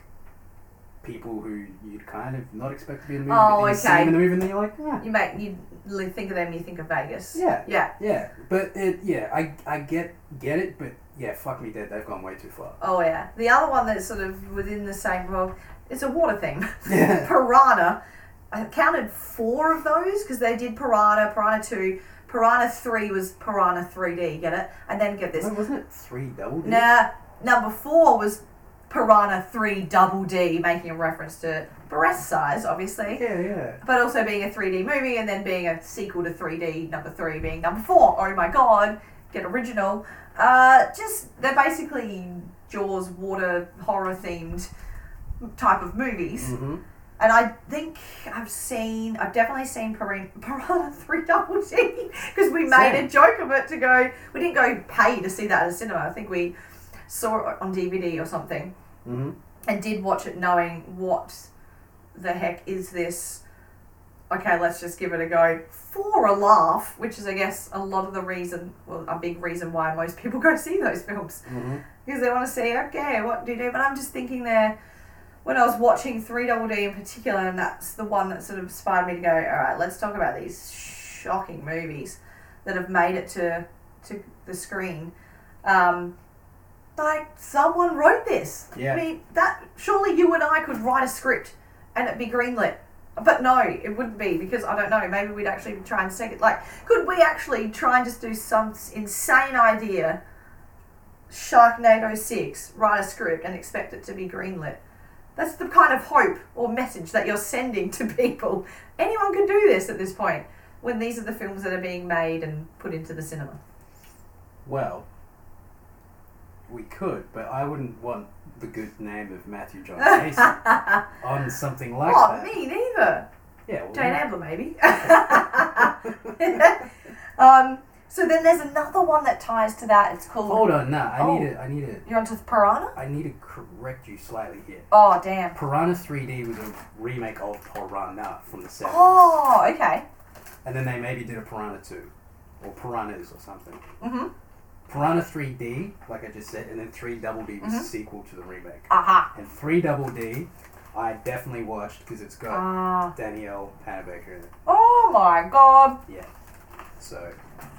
Speaker 5: people who you'd kind of not expect to be in the movie.
Speaker 3: Oh,
Speaker 5: but then you see
Speaker 3: okay.
Speaker 5: them in the movie, and then you're like, "Ah, yeah.
Speaker 3: You make you li- think of them, you think of Vegas.
Speaker 5: Yeah.
Speaker 3: Yeah.
Speaker 5: Yeah, but it yeah I I get get it, but yeah, fuck me dead, they've gone way too far.
Speaker 3: Oh yeah. The other one that's sort of within the same world, it's a water thing.
Speaker 5: Yeah.
Speaker 3: Piranha. I counted four of those because they did Piranha, Piranha two, Piranha three was Piranha three D. Get it? And then get this.
Speaker 5: No, wasn't it three double? D?
Speaker 3: Nah. Number four was Piranha three double D, making a reference to breast size, obviously.
Speaker 5: Yeah, yeah.
Speaker 3: but also being a 3D movie and then being a sequel to 3D, number three being number four. Oh my god, get original. Uh, just, they're basically Jaws water horror themed type of movies.
Speaker 5: Mm-hmm.
Speaker 3: And I think I've seen, I've definitely seen Piran- Piranha 3 Double D because we made a
Speaker 5: Same.
Speaker 3: joke of it to go, we didn't go pay to see that at a cinema. I think we saw it on DVD or something
Speaker 5: Mm-hmm.
Speaker 3: and did watch it knowing what the heck is this okay let's just give it a go for a laugh which is i guess a lot of the reason well a big reason why most people go see those films
Speaker 5: Mm-hmm.
Speaker 3: because they want to see okay what do you do but i'm just thinking there when i was watching 3 double d in particular and that's the one that sort of inspired me to go all right let's talk about these shocking movies that have made it to to the screen um like someone wrote this
Speaker 5: Yeah.
Speaker 3: I mean, that surely you and I could write a script and it'd be greenlit. But no, it wouldn't be because I don't know. Maybe we'd actually try and sing it. Like, could we actually try and just do some s- insane idea, Sharknado Six, write a script and expect it to be greenlit? That's the kind of hope or message that you're sending to people. Anyone could do this at this point when these are the films that are being made and put into the cinema.
Speaker 5: Well, we could, but I wouldn't want the good name of Matthew John Mason on something like
Speaker 3: oh,
Speaker 5: that.
Speaker 3: me neither.
Speaker 5: Yeah, well,
Speaker 3: Jane Amber, maybe. um, So then there's another one that ties to that. It's called.
Speaker 5: Hold on, nah. I
Speaker 3: Oh.
Speaker 5: need to. I need to.
Speaker 3: You're onto the piranha.
Speaker 5: I need to correct you slightly here.
Speaker 3: Oh damn.
Speaker 5: Piranha 3D was a remake of Piranha from the 70s.
Speaker 3: Oh okay.
Speaker 5: And then they maybe did a Piranha 2 or Piranhas or something.
Speaker 3: Mhm.
Speaker 5: Piranha 3D, like I just said, and then 3 Double D was
Speaker 3: Mm-hmm.
Speaker 5: a sequel to the remake.
Speaker 3: Aha.
Speaker 5: And 3 Double D, I definitely watched because it's got
Speaker 3: Ah.
Speaker 5: Danielle Panabaker in it.
Speaker 3: oh my god.
Speaker 5: So,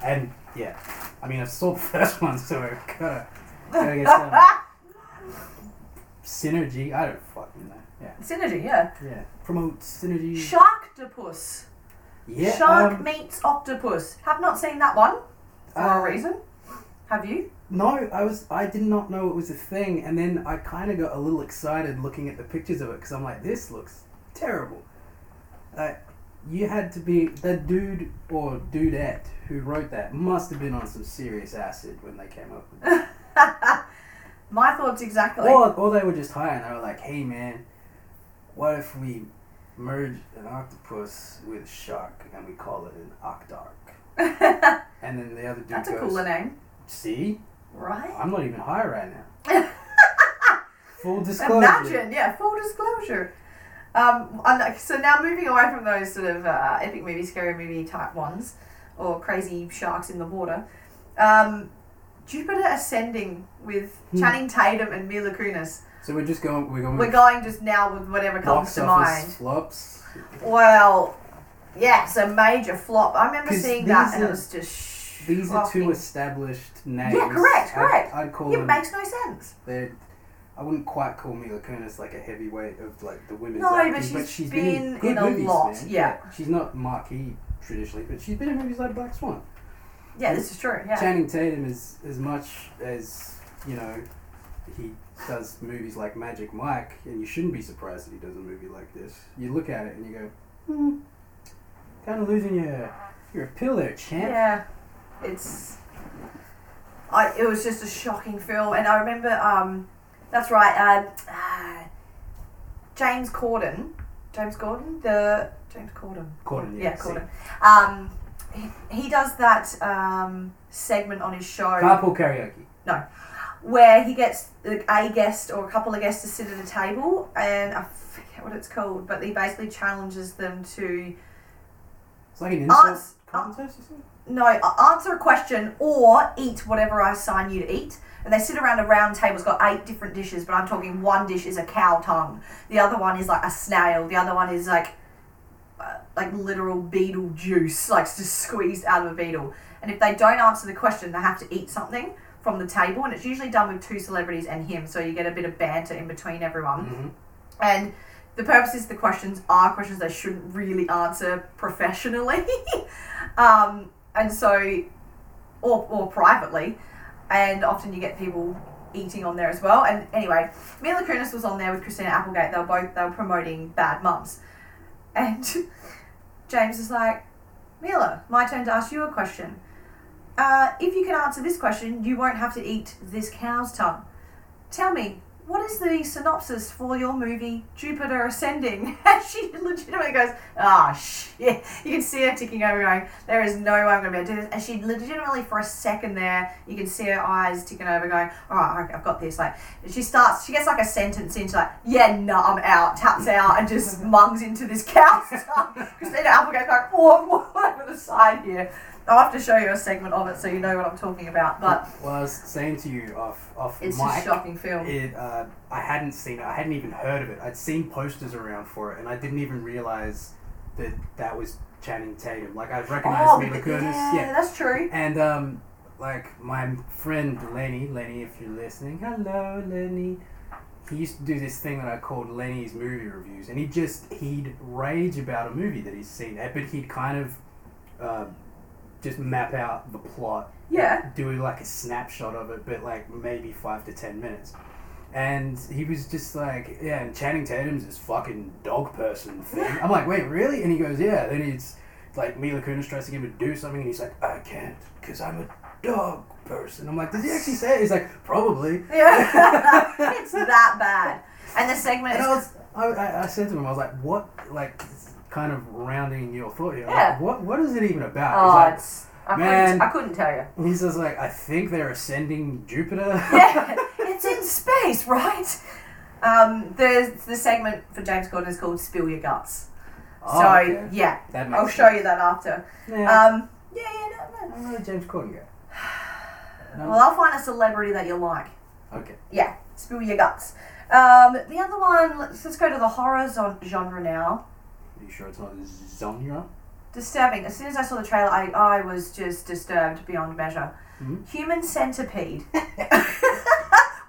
Speaker 5: and yeah, I mean, I saw the first one, so I gotta, gotta get some synergy. I don't fucking know. Yeah,
Speaker 3: Synergy, yeah.
Speaker 5: yeah. Promote synergy.
Speaker 3: Sharktopus.
Speaker 5: yeah,
Speaker 3: Shark
Speaker 5: um,
Speaker 3: meets octopus. Have not seen that one for
Speaker 5: Uh,
Speaker 3: a reason. Have you?
Speaker 5: No, I was I did not know it was a thing, and then I kind of got a little excited looking at the pictures of it because I'm like, this looks terrible. Like, you had to be that dude or dudette who wrote that must have been on some serious acid when they came up with it.
Speaker 3: My thoughts exactly.
Speaker 5: Or, or they were just high and they were like, hey man, what if we merge an octopus with a shark and we call it an octark?
Speaker 3: That's
Speaker 5: And then the other dude
Speaker 3: a
Speaker 5: goes,
Speaker 3: cooler name,
Speaker 5: see,
Speaker 3: right?
Speaker 5: I'm not even high right now. Full disclosure.
Speaker 3: Imagine, yeah, full disclosure. Um, and, like, so now moving away from those sort of uh, epic movie, scary movie type ones, or crazy sharks in the water, um, Jupiter Ascending with
Speaker 5: Hmm.
Speaker 3: Channing Tatum and Mila Kunis.
Speaker 5: So we're just going. We're going.
Speaker 3: We're going just now with whatever comes
Speaker 5: box
Speaker 3: to
Speaker 5: office
Speaker 3: mind.
Speaker 5: flops.
Speaker 3: Well, yeah, it's a major flop. I remember
Speaker 5: 'Cause
Speaker 3: seeing that
Speaker 5: these
Speaker 3: and
Speaker 5: are-
Speaker 3: it was just. Sh-
Speaker 5: These are two
Speaker 3: shocking.
Speaker 5: established names.
Speaker 3: correct,
Speaker 5: I'd-
Speaker 3: correct.
Speaker 5: I'd, call
Speaker 3: It
Speaker 5: them.
Speaker 3: makes no sense.
Speaker 5: they're- I wouldn't quite call Mila Kunis like a heavyweight of like the women's.
Speaker 3: No, but
Speaker 5: acting,
Speaker 3: she's
Speaker 5: she's
Speaker 3: been
Speaker 5: in good
Speaker 3: in a
Speaker 5: movies,
Speaker 3: lot,
Speaker 5: man.
Speaker 3: yeah.
Speaker 5: She's not marquee traditionally, but she's been in movies like Black Swan.
Speaker 3: Yeah, this is true. Yeah.
Speaker 5: Channing Tatum is as much as you know. He does movies like Magic Mike, and you shouldn't be surprised that he does a movie like this. You look at it and you go, hmm, kind of losing your your appeal there, champ.
Speaker 3: Yeah, it's. I, it was just a shocking film, and I remember. Um, that's right. Uh, uh, James Corden, James Corden, the James Corden.
Speaker 5: Corden, yeah,
Speaker 3: yeah,
Speaker 5: see.
Speaker 3: Corden. Um, he, he does that um, segment on his show
Speaker 5: Carpool karaoke.
Speaker 3: where he gets like, a guest or a couple of guests to sit at a table, and I forget what it's called, but he basically challenges them to
Speaker 5: It's like
Speaker 3: Oh,
Speaker 5: an insult
Speaker 3: Arts-
Speaker 5: contest or something.
Speaker 3: No, a- answer a question or eat whatever I assign you to eat. And they sit around a round table. It's got eight different dishes, but I'm talking one dish is a cow tongue. The other one is like a snail. The other one is like, uh, like literal beetle juice, like just squeezed out of a beetle. And if they don't answer the question, they have to eat something from the table. And it's usually done with two celebrities and him, so you get a bit of banter in between everyone. And the purpose is the questions are questions they shouldn't really answer professionally, um, and so or or privately, and often you get people eating on there as well. And anyway, Mila Kunis was on there with Christina Applegate. They were both they were promoting Bad Mums, and James is like, Mila, my turn to ask you a question. Uh, if you can answer this question, you won't have to eat this cow's tongue. Tell me, what is the synopsis for your movie Jupiter Ascending? And she legitimately goes, ah, shit. You can see her ticking over, going, there is no way I'm going to be able to do this. And she legitimately, for a second there, you can see her eyes ticking over, going, all right, okay, I've got this. Like, and she starts, she gets like a sentence in, she's like, yeah, no, I'm out, taps out, and just mungs into this cow Because then Applegate's like, oh, I'm over the side here. I'll have to show you a segment of it so you know what I'm talking about, but
Speaker 5: Well, I was saying to you off off
Speaker 3: it's
Speaker 5: mic.
Speaker 3: just a shocking film.
Speaker 5: It, uh, I hadn't seen it. I hadn't even heard of it. I'd seen posters around for it, and I didn't even realize that that was Channing Tatum. Like I recognized
Speaker 3: Oh,
Speaker 5: Mila
Speaker 3: but
Speaker 5: Kunis.
Speaker 3: yeah,
Speaker 5: yeah,
Speaker 3: that's true.
Speaker 5: And um, like my friend Lenny, Lenny, if you're listening, hello Lenny. He used to do this thing that I called Lenny's movie reviews, and he just he'd rage about a movie that he's seen, eh, but he'd kind of uh, just map out the plot,
Speaker 3: Yeah.
Speaker 5: do like a snapshot of it, but like maybe five to ten minutes. And he was just like, yeah, and Channing Tatum's this fucking dog person thing. I'm like, wait, really? And he goes, yeah. Then it's like Mila Kunis tries to get him to do something, and he's like, I can't, because I'm a dog person. I'm like, did he actually say it? He's like, probably.
Speaker 3: Yeah. it's that bad. And the segment
Speaker 5: And
Speaker 3: is
Speaker 5: I was, I, I, I said to him, I was like, what, like, kind of rounding your thought here. I'm
Speaker 3: Yeah.
Speaker 5: Like, what, what is it even about?
Speaker 3: oh,
Speaker 5: He's like,
Speaker 3: it's I,
Speaker 5: Man.
Speaker 3: couldn't, I couldn't tell you.
Speaker 5: He's just like, I think they're ascending Jupiter.
Speaker 3: Yeah, it's in space, right? Um, the the segment for James Corden is called "Spill Your Guts."
Speaker 5: Oh,
Speaker 3: so
Speaker 5: okay.
Speaker 3: yeah,
Speaker 5: That makes
Speaker 3: I'll show you that after.
Speaker 5: Yeah.
Speaker 3: Um, yeah, yeah, no, no.
Speaker 5: I'm not a James Corden guy. No.
Speaker 3: Well, I'll find a celebrity that you like.
Speaker 5: Okay.
Speaker 3: Yeah, spill your guts. Um, the other one, let's, let's go to the horror zo- genre now.
Speaker 5: Are you sure it's not genre?
Speaker 3: Disturbing. As soon as I saw the trailer, I, I was just disturbed beyond measure.
Speaker 5: Mhm.
Speaker 3: Human centipede. why,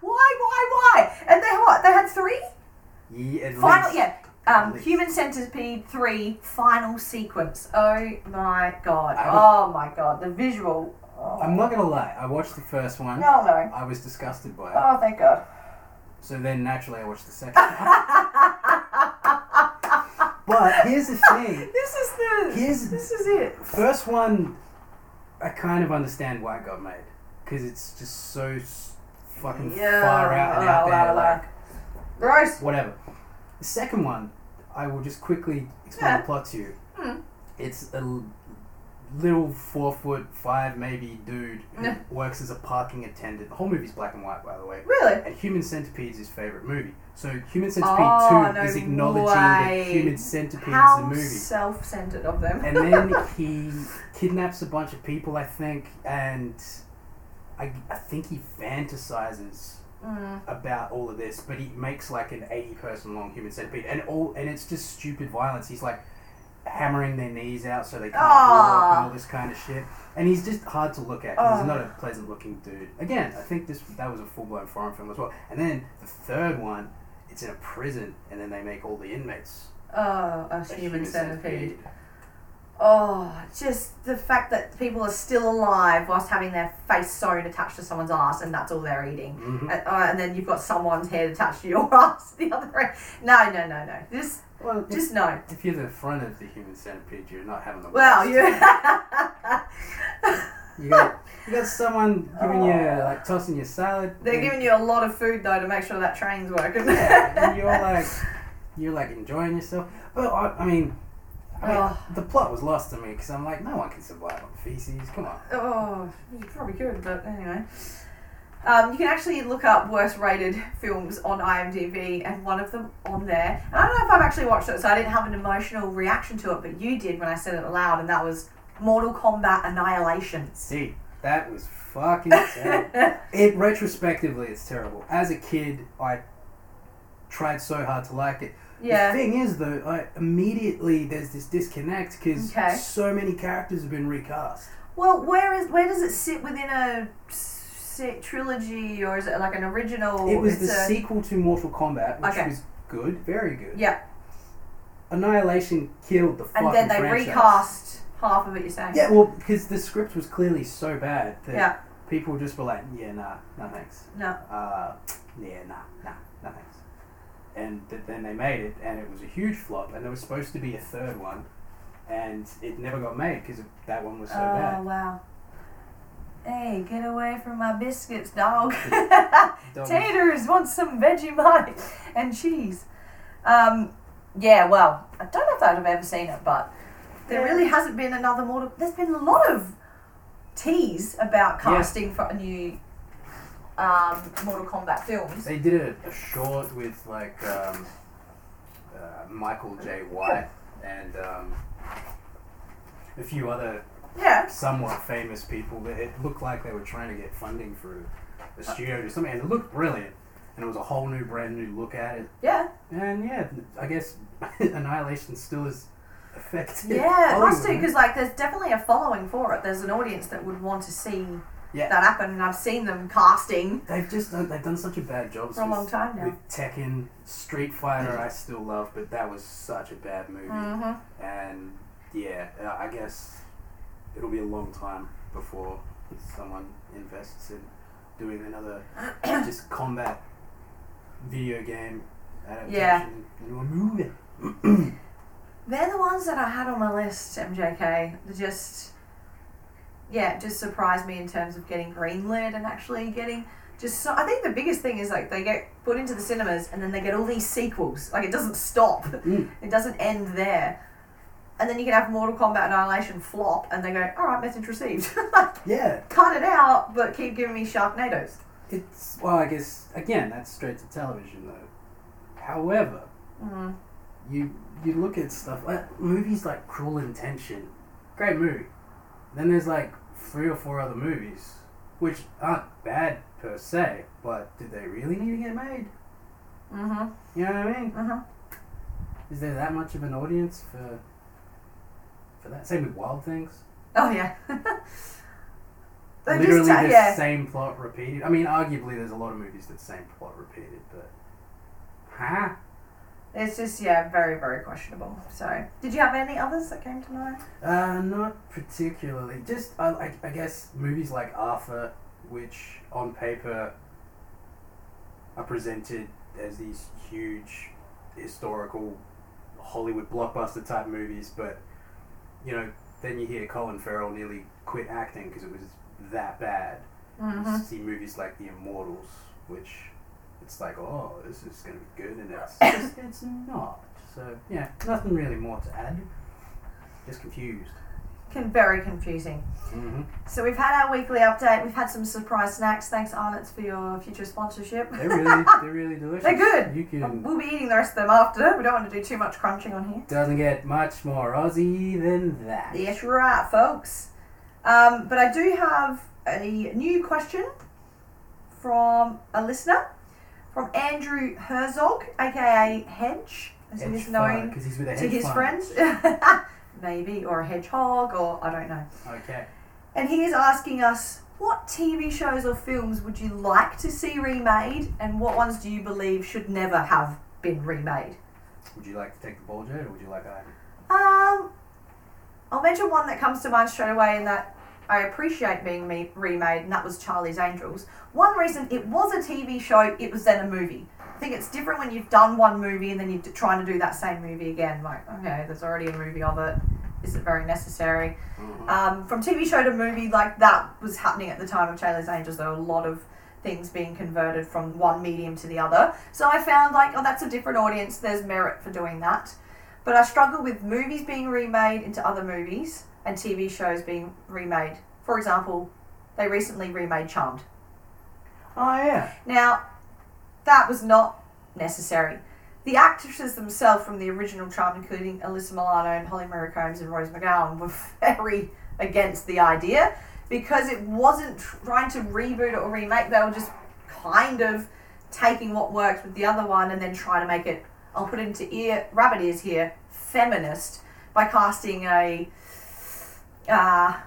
Speaker 3: why, why? And they what? They had three?
Speaker 5: Yeah, at
Speaker 3: Final,
Speaker 5: least.
Speaker 3: yeah. Um,
Speaker 5: least.
Speaker 3: Human Centipede 3 Final Sequence. Oh my god.
Speaker 5: I
Speaker 3: Oh my god. The visual. Oh.
Speaker 5: I'm not gonna lie. I watched the first one.
Speaker 3: No, no.
Speaker 5: I was disgusted by it.
Speaker 3: Oh, thank god.
Speaker 5: So then naturally I watched the second one. but here's the thing.
Speaker 3: This is the.
Speaker 5: Here's-
Speaker 3: this is it.
Speaker 5: First one, I kind of understand why it got made. Because it's just so s- fucking
Speaker 3: Yeah,
Speaker 5: far out and
Speaker 3: la,
Speaker 5: out
Speaker 3: la,
Speaker 5: there.
Speaker 3: la.
Speaker 5: Like,
Speaker 3: Gross.
Speaker 5: whatever. The second one, I will just quickly explain
Speaker 3: Yeah.
Speaker 5: the plot to you.
Speaker 3: Hmm.
Speaker 5: It's a l- little four foot five maybe dude who
Speaker 3: Yeah.
Speaker 5: works as a parking attendant. The whole movie's black and white, by the way.
Speaker 3: Really?
Speaker 5: And Human Centipede is his favorite movie. So Human Centipede
Speaker 3: Oh,
Speaker 5: 2
Speaker 3: no
Speaker 5: is acknowledging
Speaker 3: way.
Speaker 5: that Human Centipede
Speaker 3: How
Speaker 5: is a movie.
Speaker 3: self-centered of them.
Speaker 5: and then he kidnaps a bunch of people, I think, and I, I think he fantasizes
Speaker 3: Mm.
Speaker 5: about all of this, but he makes like an eighty-person long human centipede, and all and it's just stupid violence. He's like hammering their knees out so they can't walk
Speaker 3: Ah.
Speaker 5: and all this kind of shit, and he's just hard to look at. 'cause He's
Speaker 3: Ah.
Speaker 5: not a pleasant-looking dude. Again, I think this that was a full-blown foreign film as well. And then the third one, it's in a prison, and then they make all the inmates
Speaker 3: Oh, a
Speaker 5: a
Speaker 3: human, centipede. Oh, just the fact that people are still alive whilst having their face sewn attached to someone's ass, and that's all they're eating.
Speaker 5: Mhm.
Speaker 3: And, uh, and then you've got someone's head attached to your ass. The other end. No, no, no, no. Just,
Speaker 5: Well, if,
Speaker 3: just no.
Speaker 5: if you're the front of the human centipede, you're not having the
Speaker 3: Well,
Speaker 5: worst.
Speaker 3: you.
Speaker 5: You got, you got someone giving you like tossing your salad.
Speaker 3: Oh. They're
Speaker 5: and-
Speaker 3: giving you a lot of food though to make sure that train's working.
Speaker 5: Yeah, and you're like, you're like enjoying yourself. But I, I mean, I mean
Speaker 3: Oh.
Speaker 5: the plot was lost to me because I'm like, no one can survive on feces. Come on.
Speaker 3: Oh, you probably could, but anyway. Um, you can actually look up worst rated films on IMDb, and one of them on there. And I don't know if I've actually watched it, so I didn't have an emotional reaction to it, but you did when I said it aloud, and that was Mortal Kombat Annihilations.
Speaker 5: See, that was fucking terrible. it retrospectively, it's terrible. As a kid, I tried so hard to like it. The
Speaker 3: Yeah.
Speaker 5: thing is, though, I immediately there's this disconnect because
Speaker 3: Okay.
Speaker 5: so many characters have been recast.
Speaker 3: Well, where is where does it sit within a s- s- trilogy, or is it like an original?
Speaker 5: it was
Speaker 3: Oh, it's
Speaker 5: the
Speaker 3: a-
Speaker 5: sequel to Mortal Kombat, which
Speaker 3: Okay.
Speaker 5: was good, very good.
Speaker 3: Yeah,
Speaker 5: Annihilation killed the fucking
Speaker 3: and then they
Speaker 5: franchise.
Speaker 3: recast half of it. You're saying?
Speaker 5: Yeah, well, because the script was clearly so bad that
Speaker 3: Yeah.
Speaker 5: people just were like, yeah, nah, no thanks.
Speaker 3: No.
Speaker 5: Uh, yeah, nah, nah, no thanks. And th- then they made it, and it was a huge flop, and there was supposed to be a third one, and it never got made because that one was so
Speaker 3: oh
Speaker 5: bad.
Speaker 3: wow. Hey, get away from my biscuits, dog.
Speaker 5: Dog-
Speaker 3: Taters want some Vegemite and cheese. Um, yeah, well, I don't know if I'd have ever seen it, but there really hasn't been another Mortal. There's been a lot of teas about
Speaker 5: Yeah.
Speaker 3: casting for new um, Mortal Kombat films.
Speaker 5: They did a, a short with like um, uh, Michael J. White and um, a few other
Speaker 3: Yeah.
Speaker 5: somewhat famous people that it looked like they were trying to get funding for a studio or something, and it looked brilliant. And it was a whole new, brand new look at it.
Speaker 3: Yeah,
Speaker 5: And yeah, I guess Annihilation still is effective.
Speaker 3: yeah, it must do
Speaker 5: Hollywood.
Speaker 3: because like there's definitely a following for it. There's an audience that would want to see
Speaker 5: Yeah.
Speaker 3: that happen, and I've seen them casting.
Speaker 5: They've just done, they've done such a bad job
Speaker 3: For a
Speaker 5: with-
Speaker 3: long time now.
Speaker 5: With Tekken, Street Fighter, I still love, but that was such a bad movie.
Speaker 3: Mhm.
Speaker 5: And yeah, uh, I guess it'll be a long time before someone invests in doing another just combat video game adaptation
Speaker 3: Yeah.
Speaker 5: into a movie.
Speaker 3: They're the ones that I had on my list, MJK. They just, yeah, it just surprised me in terms of getting greenlit and actually getting just. So, I think the biggest thing is like they get put into the cinemas and then they get all these sequels. Like it doesn't stop.
Speaker 5: Mm.
Speaker 3: It doesn't end there. and then you can have Mortal Kombat Annihilation flop, and they go, all right, message received. Like,
Speaker 5: Yeah,
Speaker 3: Cut it out, but keep giving me Sharknadoes.
Speaker 5: it's well, I guess again that's straight to television though. However,
Speaker 3: Mm.
Speaker 5: you you look at stuff like movies like Cruel Intention, great movie. Then there's like three or four other movies which aren't bad per se, but do they really need to get made?
Speaker 3: Mhm.
Speaker 5: You know what I mean?
Speaker 3: Mhm.
Speaker 5: Is there that much of an audience for for that? Same with Wild Things.
Speaker 3: Oh yeah. they
Speaker 5: Literally
Speaker 3: just ta-
Speaker 5: the
Speaker 3: yeah.
Speaker 5: same plot repeated. I mean, arguably there's a lot of movies that same plot repeated, but huh?
Speaker 3: It's just yeah, very very questionable. So, did you have any others that came to mind?
Speaker 5: Uh, not particularly. Just I, I, I guess movies like Arthur, which on paper are presented as these huge historical Hollywood blockbuster type movies, but you know, then you hear Colin Farrell nearly quit acting because it was that bad. You see movies like The Immortals, which it's like, oh, this is going to be good, and it's it's- it's not. So yeah, nothing really more to add. Just confused.
Speaker 3: Can very confusing.
Speaker 5: Mm-hmm.
Speaker 3: So we've had our weekly update. We've had some surprise snacks. Thanks, Arnott's, for your future sponsorship.
Speaker 5: They're really, they're really delicious.
Speaker 3: They're good.
Speaker 5: You can.
Speaker 3: We'll be eating the rest of them after. We don't want to do too much crunching on here.
Speaker 5: Doesn't get much more Aussie than that.
Speaker 3: Yes, right, folks. Um, but I do have a new question from a listener, from Andrew Herzog, aka Hedge, as he is known
Speaker 5: because he's with a
Speaker 3: to
Speaker 5: hedge
Speaker 3: his
Speaker 5: fund.
Speaker 3: friends, maybe, or a hedgehog, or I don't know.
Speaker 5: Okay.
Speaker 3: And he is asking us, what TV shows or films would you like to see remade, and what ones do you believe should never have been remade?
Speaker 5: Would you like to take the ball, Jade, or would you like Ivan?
Speaker 3: Um, I'll mention one that comes to mind straight away, and that I appreciate being me- remade, and that was Charlie's Angels. One reason it was a TV show, it was then a movie. I think it's different when you've done one movie and then you're trying to do that same movie again. Like, okay, there's already a movie of it. Is it very necessary? um, from TV show to movie, like that was happening at the time of Charlie's Angels. There were a lot of things being converted from one medium to the other. So I found like, oh, that's a different audience. There's merit for doing that. But I struggle with movies being remade into other movies and TV shows being remade. For example, they recently remade Charmed.
Speaker 5: Oh yeah.
Speaker 3: Now, that was not necessary. The actresses themselves from the original Charmed, including Alyssa Milano and Holly Marie Combs and Rose McGowan, were very against the idea because it wasn't trying to reboot it or remake. They were just kind of taking what worked with the other one and then trying to make it. I'll put it into ear rabbit ears here, feminist by casting a. Uh,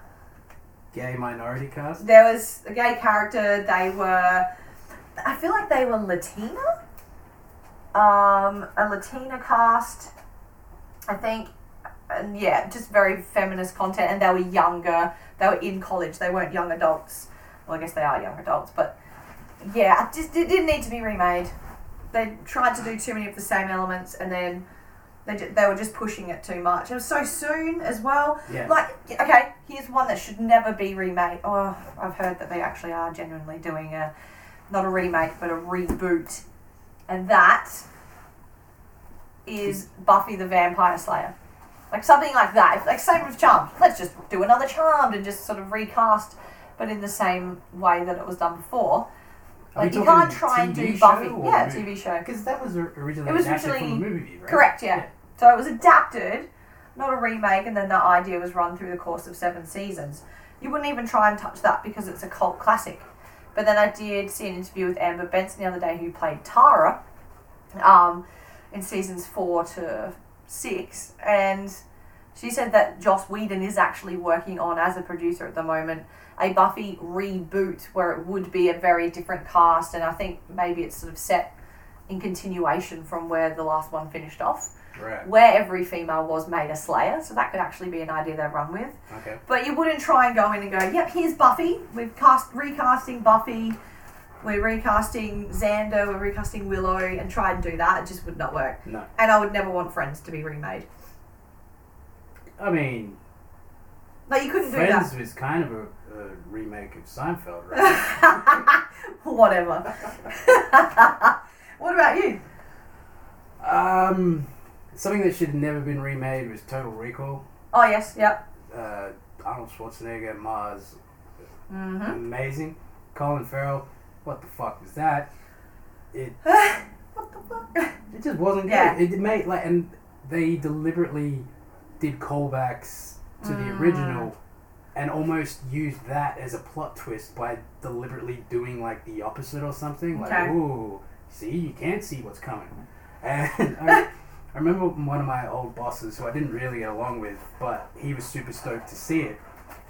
Speaker 5: Gay minority cast.
Speaker 3: there was a gay character. They were, I feel like they were Latina, um, a Latina cast, I think, and yeah, just very feminist content. And they were younger. They were in college. They weren't young adults. Well, I guess they are young adults, but yeah, I just it didn't need to be remade. They tried to do too many of the same elements, and then. They, ju- they were just pushing it too much. It was so soon as well.
Speaker 5: Yeah.
Speaker 3: Like, okay, here's one that should never be remade. Oh, I've heard that they actually are genuinely doing a, not a remake, but a reboot. And that is Buffy the Vampire Slayer. Like, something like that. Like, same with Charmed. Let's just do another Charmed and just sort of recast, but in the same way that it was done before.
Speaker 5: Are we
Speaker 3: Like, you
Speaker 5: talking
Speaker 3: can't try and
Speaker 5: TV
Speaker 3: do
Speaker 5: show
Speaker 3: Buffy.
Speaker 5: or
Speaker 3: Yeah,
Speaker 5: movie?
Speaker 3: TV show.
Speaker 5: Because that was or- originally
Speaker 3: It was
Speaker 5: adapted from a
Speaker 3: originally-
Speaker 5: movie, right?
Speaker 3: Correct, yeah. So it was adapted, not a remake, and then that idea was run through the course of seven seasons. You wouldn't even try and touch that because it's a cult classic. But then I did see an interview with Amber Benson the other day, who played Tara um, in seasons four to six, and she said that Joss Whedon is actually working on, as a producer at the moment, a Buffy reboot where it would be a very different cast, and I think maybe it's sort of set in continuation from where the last one finished off,
Speaker 5: Right.
Speaker 3: where every female was made a slayer, so that could actually be an idea they run with.
Speaker 5: Okay.
Speaker 3: But you wouldn't try and go in and go, yep, here's Buffy. We've cast recasting Buffy. We're recasting Xander. We're recasting Willow, and try and do that. It just would not work.
Speaker 5: No.
Speaker 3: And I would never want Friends to be remade.
Speaker 5: I mean,
Speaker 3: Like you couldn't
Speaker 5: Friends was kind of a, a remake of Seinfeld,
Speaker 3: do
Speaker 5: right?
Speaker 3: that. Whatever. what about you?
Speaker 5: um, Something that should have never been remade was Total Recall.
Speaker 3: Oh yes, yep.
Speaker 5: Uh, Arnold Schwarzenegger, Mars,
Speaker 3: Mm-hmm.
Speaker 5: amazing. Colin Farrell, what the fuck was that? It
Speaker 3: what the fuck?
Speaker 5: it just wasn't good.
Speaker 3: Yeah.
Speaker 5: It made like, and they deliberately did callbacks to the
Speaker 3: Mm.
Speaker 5: original, and almost used that as a plot twist by deliberately doing like the opposite or something. Like,
Speaker 3: Okay.
Speaker 5: ooh, see, you can't see what's coming. And I, I remember one of my old bosses who I didn't really get along with, but he was super stoked to see it,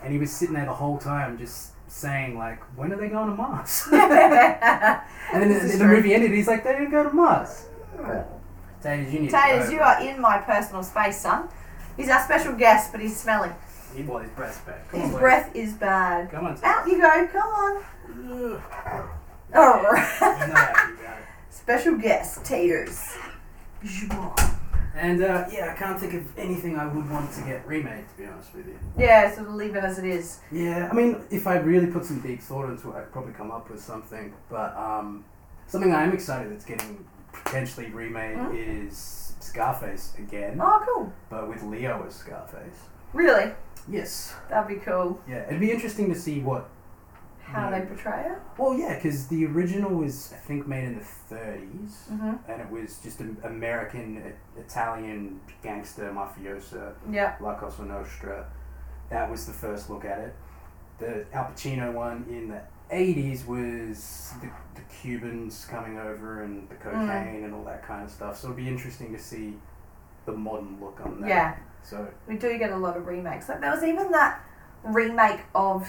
Speaker 5: and he was sitting there the whole time just saying like, when are they going to Mars? And then
Speaker 3: This
Speaker 5: the,
Speaker 3: is
Speaker 5: the
Speaker 3: true.
Speaker 5: movie ended. He's like, they didn't go to Mars. Taters, you need
Speaker 3: Taters,
Speaker 5: to
Speaker 3: you are in my personal space, son. He's our special guest, but he's smelly.
Speaker 5: He bought his breath back. Come
Speaker 3: His
Speaker 5: on, Oh, boy.
Speaker 3: breath is bad.
Speaker 5: Come on.
Speaker 3: Out you go, come on.
Speaker 5: Ugh.
Speaker 3: All
Speaker 5: He's
Speaker 3: right.
Speaker 5: not happy about it.
Speaker 3: Special guest, Taters.
Speaker 5: And uh, yeah, I can't think of anything I would want to get remade, to be honest with you.
Speaker 3: Yeah, so leave it as it is.
Speaker 5: Yeah, I mean, if I really put some deep thought into it, I'd probably come up with something. But um, something I'm excited that's getting potentially remade is Scarface again,
Speaker 3: Hmm? Oh, cool.
Speaker 5: but with Leo as Scarface.
Speaker 3: Really?
Speaker 5: Yes.
Speaker 3: That'd be cool.
Speaker 5: Yeah, it'd be interesting to see what
Speaker 3: How
Speaker 5: Yeah.
Speaker 3: they portray it.
Speaker 5: Well, yeah, because the original was, I think, made in the 30s,
Speaker 3: Mhm.
Speaker 5: and it was just an American, I- Italian gangster, mafiosa,
Speaker 3: Yeah.
Speaker 5: La Cosa Nostra. That was the first look at it. The Al Pacino one in the 80s was the, the Cubans coming over and the
Speaker 3: Mm.
Speaker 5: cocaine and all that kind of stuff. So it'll be interesting to see the modern look on that.
Speaker 3: Yeah.
Speaker 5: So,
Speaker 3: We do get a lot of remakes. Like there was even that remake of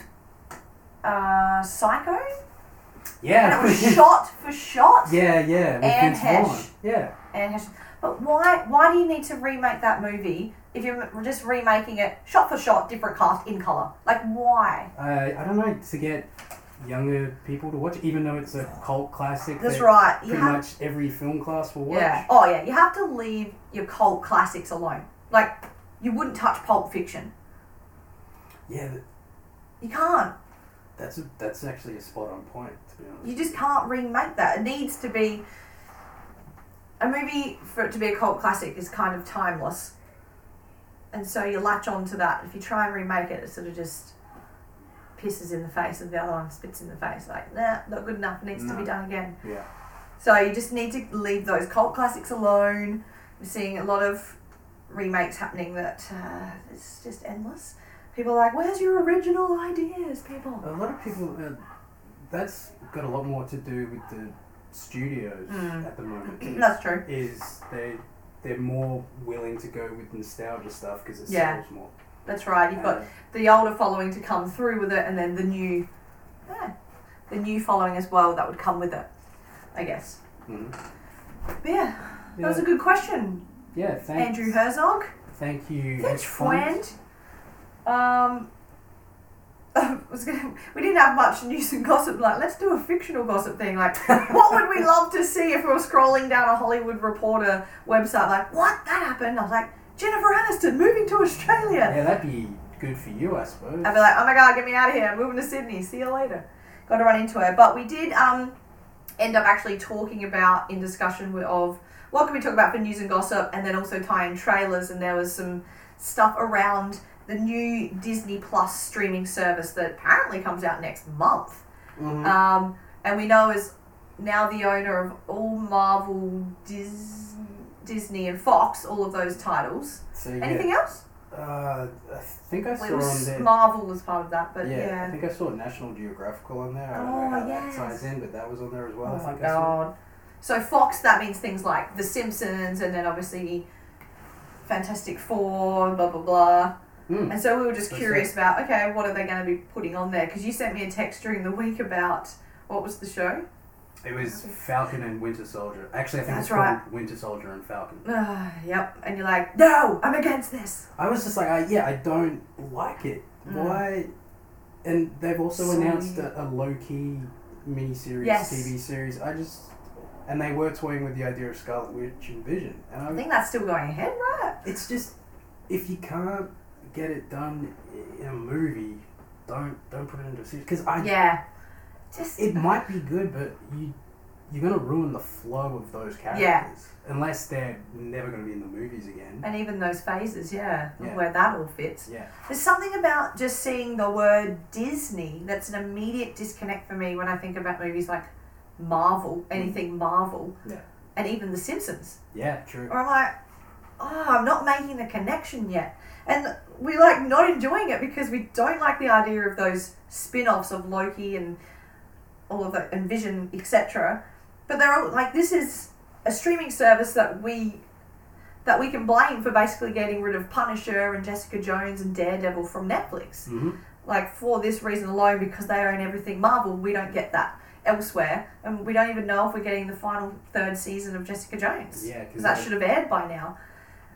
Speaker 3: uh, Psycho, and
Speaker 5: yeah.
Speaker 3: it was shot for shot.
Speaker 5: yeah, yeah. With
Speaker 3: And
Speaker 5: Vince
Speaker 3: Hesh.
Speaker 5: Vaughn. Yeah.
Speaker 3: And has- but why? Why do you need to remake that movie if you're just remaking it shot for shot, different cast in color? Like why?
Speaker 5: uh, I don't know to get younger people to watch, it, even though it's a cult classic.
Speaker 3: That's
Speaker 5: that
Speaker 3: right. You
Speaker 5: Pretty
Speaker 3: have
Speaker 5: much every film class will watch.
Speaker 3: yeah. Oh yeah. You have to leave your cult classics alone. Like you wouldn't touch Pulp Fiction.
Speaker 5: Yeah, th-
Speaker 3: You can't.
Speaker 5: that's a, that's actually a spot on point to be honest.
Speaker 3: You just can't remake that. It needs to be a movie for it to be a cult classic is kind of timeless, and so you latch on to that. If you try and remake it, it sort of just pisses in the face of the other one, spits in the face. Like, nah, not good enough. It needs to
Speaker 5: No.
Speaker 3: be done again.
Speaker 5: Yeah.
Speaker 3: So you just need to leave those cult classics alone. We're seeing a lot of remakes happening that uh, it's just endless. People are like, where's your original ideas, people?
Speaker 5: A lot of people. Uh, that's got a lot more to do with the studios
Speaker 3: Mm.
Speaker 5: at the moment.
Speaker 3: That's true.
Speaker 5: is they they're more willing to go with nostalgia stuff because it
Speaker 3: Yeah.
Speaker 5: sells more.
Speaker 3: That's right. You've got
Speaker 5: Uh,
Speaker 3: the older following to come through with it, and then the new, yeah, the new following as well that would come with it. I guess.
Speaker 5: mhm.
Speaker 3: But yeah, that was a
Speaker 5: yeah.
Speaker 3: good question,
Speaker 5: yeah, thanks.
Speaker 3: Andrew Herzog.
Speaker 5: Thank you.
Speaker 3: Thanks,
Speaker 5: Headphones.
Speaker 3: friend. Um. I was gonna, we didn't have much news and gossip. Like, let's do a fictional gossip thing. Like, what would we love to see if we were scrolling down a Hollywood Reporter website? Like, what that happened? I was like, Jennifer Aniston moving to Australia.
Speaker 5: Yeah, that'd be good for you, I suppose.
Speaker 3: I'd be like, oh my god, get me out of here. I'm moving to Sydney. See you later. Got to run into her. But we did um, end up actually talking about in discussion with- of what can we talk about for news and gossip, and then also tie in trailers. And there was some stuff around the new Disney Plus streaming service that apparently comes out next month.
Speaker 5: Mhm.
Speaker 3: Um, and we know is now the owner of all Marvel, Dis- Disney, and Fox, all of those titles.
Speaker 5: So, yeah.
Speaker 3: Anything else?
Speaker 5: Uh, I think I saw
Speaker 3: Well, it was
Speaker 5: on there.
Speaker 3: Marvel was part of that, but
Speaker 5: yeah,
Speaker 3: yeah.
Speaker 5: I think I saw National Geographical on there. I don't know
Speaker 3: Oh,
Speaker 5: how
Speaker 3: yes.
Speaker 5: that ties in, but that was on there as well.
Speaker 3: Oh
Speaker 5: I
Speaker 3: my
Speaker 5: think I saw.
Speaker 3: god. So Fox, that means things like The Simpsons and then obviously Fantastic Four, blah, blah, blah.
Speaker 5: Mm.
Speaker 3: And so we were just
Speaker 5: That's
Speaker 3: curious about, okay, what are they going to be putting on there? Because you sent me a text during the week about, what was the show?
Speaker 5: It was Falcon and Winter Soldier. Actually, I think
Speaker 3: That's
Speaker 5: it's called Winter Soldier and Falcon.
Speaker 3: Uh, yep. And you're like, no, I'm against this.
Speaker 5: I was just like, I, yeah, I don't like it.
Speaker 3: Mm.
Speaker 5: Why? And they've also
Speaker 3: So
Speaker 5: announced
Speaker 3: weird.
Speaker 5: a, a low key miniseries,
Speaker 3: Yes.
Speaker 5: TV series. I just. And they were toying with the idea of Scarlet Witch and Vision. And
Speaker 3: I
Speaker 5: I,
Speaker 3: think that's still going ahead, right?
Speaker 5: it's just if you can't get it done i- in a movie, don't don't put it into a series. Because I
Speaker 3: Yeah. Just,
Speaker 5: it might be good, but you you're gonna ruin the flow of those characters. Unless they're never gonna be in the movies again.
Speaker 3: And even those phases, yeah,
Speaker 5: Yeah.
Speaker 3: where that all fits.
Speaker 5: Yeah.
Speaker 3: There's something about just seeing the word Disney that's an immediate disconnect for me when I think about movies like Marvel, anything Marvel,
Speaker 5: Yeah.
Speaker 3: and even The Simpsons.
Speaker 5: Yeah. True.
Speaker 3: Or I'm like, oh, I'm not making the connection yet. And we're like not enjoying it because we don't like the idea of those spin offs of Loki and all of that, and Vision, etc. But they're all like, this is a streaming service that we. That we can blame for basically getting rid of Punisher and Jessica Jones and Daredevil from Netflix
Speaker 5: hmm
Speaker 3: like for this reason alone because they own everything Marvel, we don't get that elsewhere, and we don't even know if we're getting the final third season of Jessica Jones.
Speaker 5: Yeah, 'cause
Speaker 3: because that
Speaker 5: they-
Speaker 3: should have aired by now.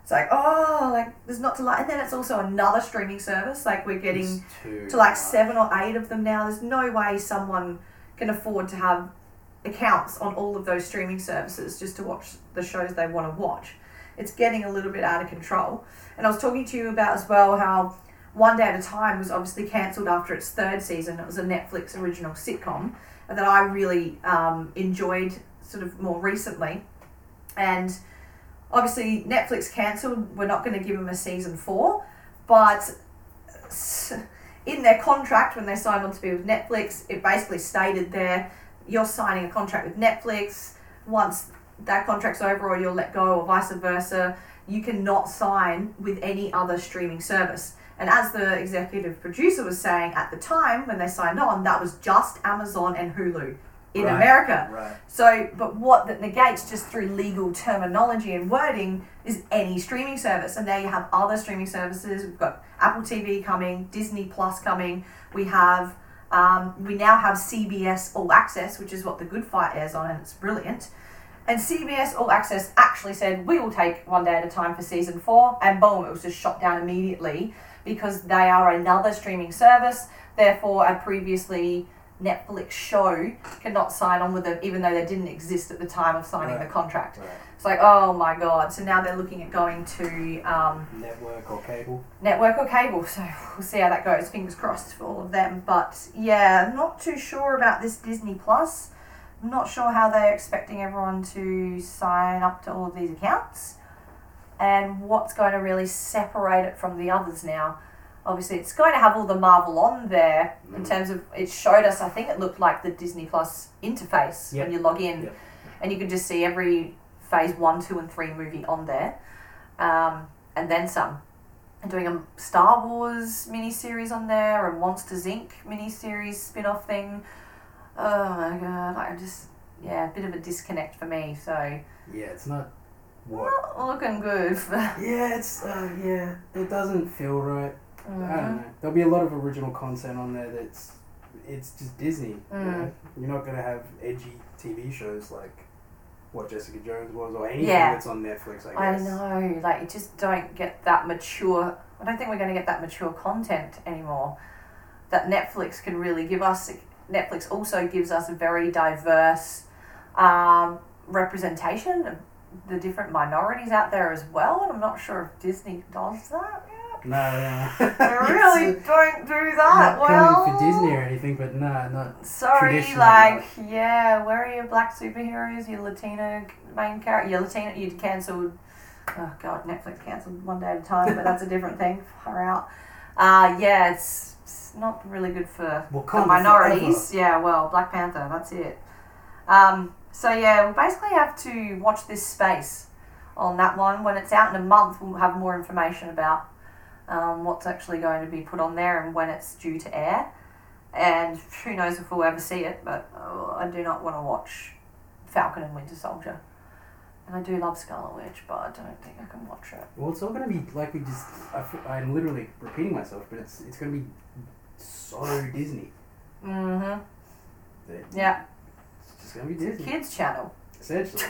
Speaker 3: It's like oh, like there's not to like, and then it's also another streaming service. Like we're getting to like seven or eight of them now. There's no way someone can afford to have accounts on all of those streaming services just to watch the shows they want to watch. It's getting a little bit out of control. And I was talking to you about as well how One Day at a Time was obviously cancelled after its third season. It was a Netflix original sitcom that I really um, enjoyed sort of more recently. And obviously, Netflix cancelled. We're not going to give them a season four, but s- in their contract when they signed on to be with Netflix, it basically stated there you're signing a contract with Netflix. Once that contract's over or you're let go or vice versa, you cannot sign with any other streaming service. And as the executive producer was saying at the time when they signed on, that was just Amazon and Hulu in
Speaker 5: Right.
Speaker 3: America.
Speaker 5: Right.
Speaker 3: So, but what that negates just through legal terminology and wording is any streaming service. And there you have other streaming services. We've got Apple TV coming, Disney Plus coming. We have, um, we now have CBS All Access, which is what The Good Fight airs on, and it's brilliant. And CBS All Access actually said, we will take one day at a time for season four. And boom, it was just shot down immediately because they are another streaming service. Therefore, a previously Netflix show cannot sign on with them, even though they didn't exist at the time of signing
Speaker 5: Right.
Speaker 3: the contract.
Speaker 5: Right.
Speaker 3: It's like, oh my god. So now they're looking at going to um,
Speaker 5: Network or cable.
Speaker 3: network or cable. So we'll see how that goes. Fingers crossed for all of them. But yeah, not too sure about this Disney Plus. I'm not sure how they're expecting everyone to sign up to all of these accounts and what's going to really separate it from the others now. Obviously, it's going to have all the Marvel on there
Speaker 5: Mm.
Speaker 3: in terms of it showed us, I think it looked like the Disney Plus interface
Speaker 5: Yep.
Speaker 3: when you log in,
Speaker 5: Yep.
Speaker 3: and you can just see every phase one, two, and three movie on there, um, and then some and doing a Star Wars miniseries on there, a Monsters Inc. miniseries spin off thing. Oh my god, I just, yeah, a bit of a disconnect for me, so
Speaker 5: Yeah. It's not. What?
Speaker 3: not looking good. For,
Speaker 5: Yeah. It's. Uh, yeah. It doesn't feel right. I
Speaker 3: Mm-hmm.
Speaker 5: don't know. There'll be a lot of original content on there that's it's just Disney. You
Speaker 3: Mm.
Speaker 5: know? You're not gonna have edgy TV shows like what Jessica Jones was or anything
Speaker 3: Yeah.
Speaker 5: that's on Netflix. I
Speaker 3: I
Speaker 5: guess.
Speaker 3: know, like, you just don't get that mature, I don't think we're going to get that mature content anymore that Netflix can really give us. Netflix also gives us a very diverse um, representation of the different minorities out there as well, and I'm not sure if Disney does that yet.
Speaker 5: No, no.
Speaker 3: They
Speaker 5: It's,
Speaker 3: really
Speaker 5: uh,
Speaker 3: don't do that.
Speaker 5: not
Speaker 3: well,
Speaker 5: coming for Disney or anything, but no, not
Speaker 3: Sorry,
Speaker 5: Traditionally,
Speaker 3: like yeah, where are your black superheroes? Your Latino main character? Your Latino? You'd cancelled. Oh god, Netflix cancelled one day at a time, but that's a different thing. Far out. Uh yeah, it's, it's not really good for
Speaker 5: Wakanda
Speaker 3: the minorities. Yeah, well, Black Panther. That's it. Um, so yeah, we'll basically have to watch this space on that one. When it's out in a month, we'll have more information about um, what's actually going to be put on there and when it's due to air. And who knows if we'll ever see it, but oh, I do not want to watch Falcon and Winter Soldier. And I do love Scarlet Witch, but I don't think I can watch it.
Speaker 5: Well, it's all gonna be like we just. I, f- I'm literally repeating myself, but it's it's gonna be so Disney.
Speaker 3: hmm
Speaker 5: that
Speaker 3: Yeah,
Speaker 5: It's just gonna be Disney,
Speaker 3: kids channel.
Speaker 5: essentially.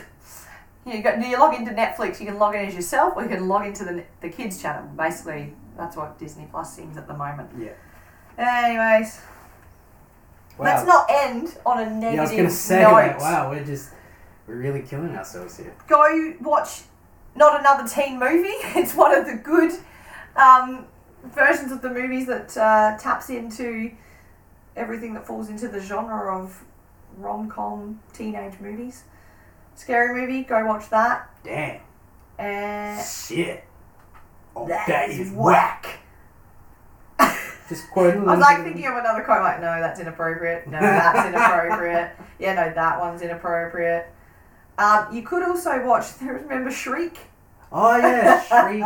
Speaker 3: You go, you log into Netflix. You can log in as yourself, or you can log into the the kids channel. Basically, that's what Disney Plus seems at the moment.
Speaker 5: Yeah.
Speaker 3: Anyways,
Speaker 5: Wow.
Speaker 3: let's not end on a negative
Speaker 5: yeah, I was gonna say
Speaker 3: note.
Speaker 5: that. Wow, we're just we're really killing ourselves here.
Speaker 3: go watch not another teen movie. It's one of the good um, versions of the movies that uh, taps into everything that falls into the genre of rom com teenage movies. Scary movie, go watch that.
Speaker 5: Damn.
Speaker 3: And
Speaker 5: Shit. Oh,
Speaker 3: That
Speaker 5: that
Speaker 3: is
Speaker 5: is whack. Just quoting.
Speaker 3: I was like thinking of another quote, like, no, that's inappropriate. No, that's inappropriate. Yeah, no, that one's inappropriate. Um, you could also watch, remember Shriek?
Speaker 5: Oh yeah, shriek.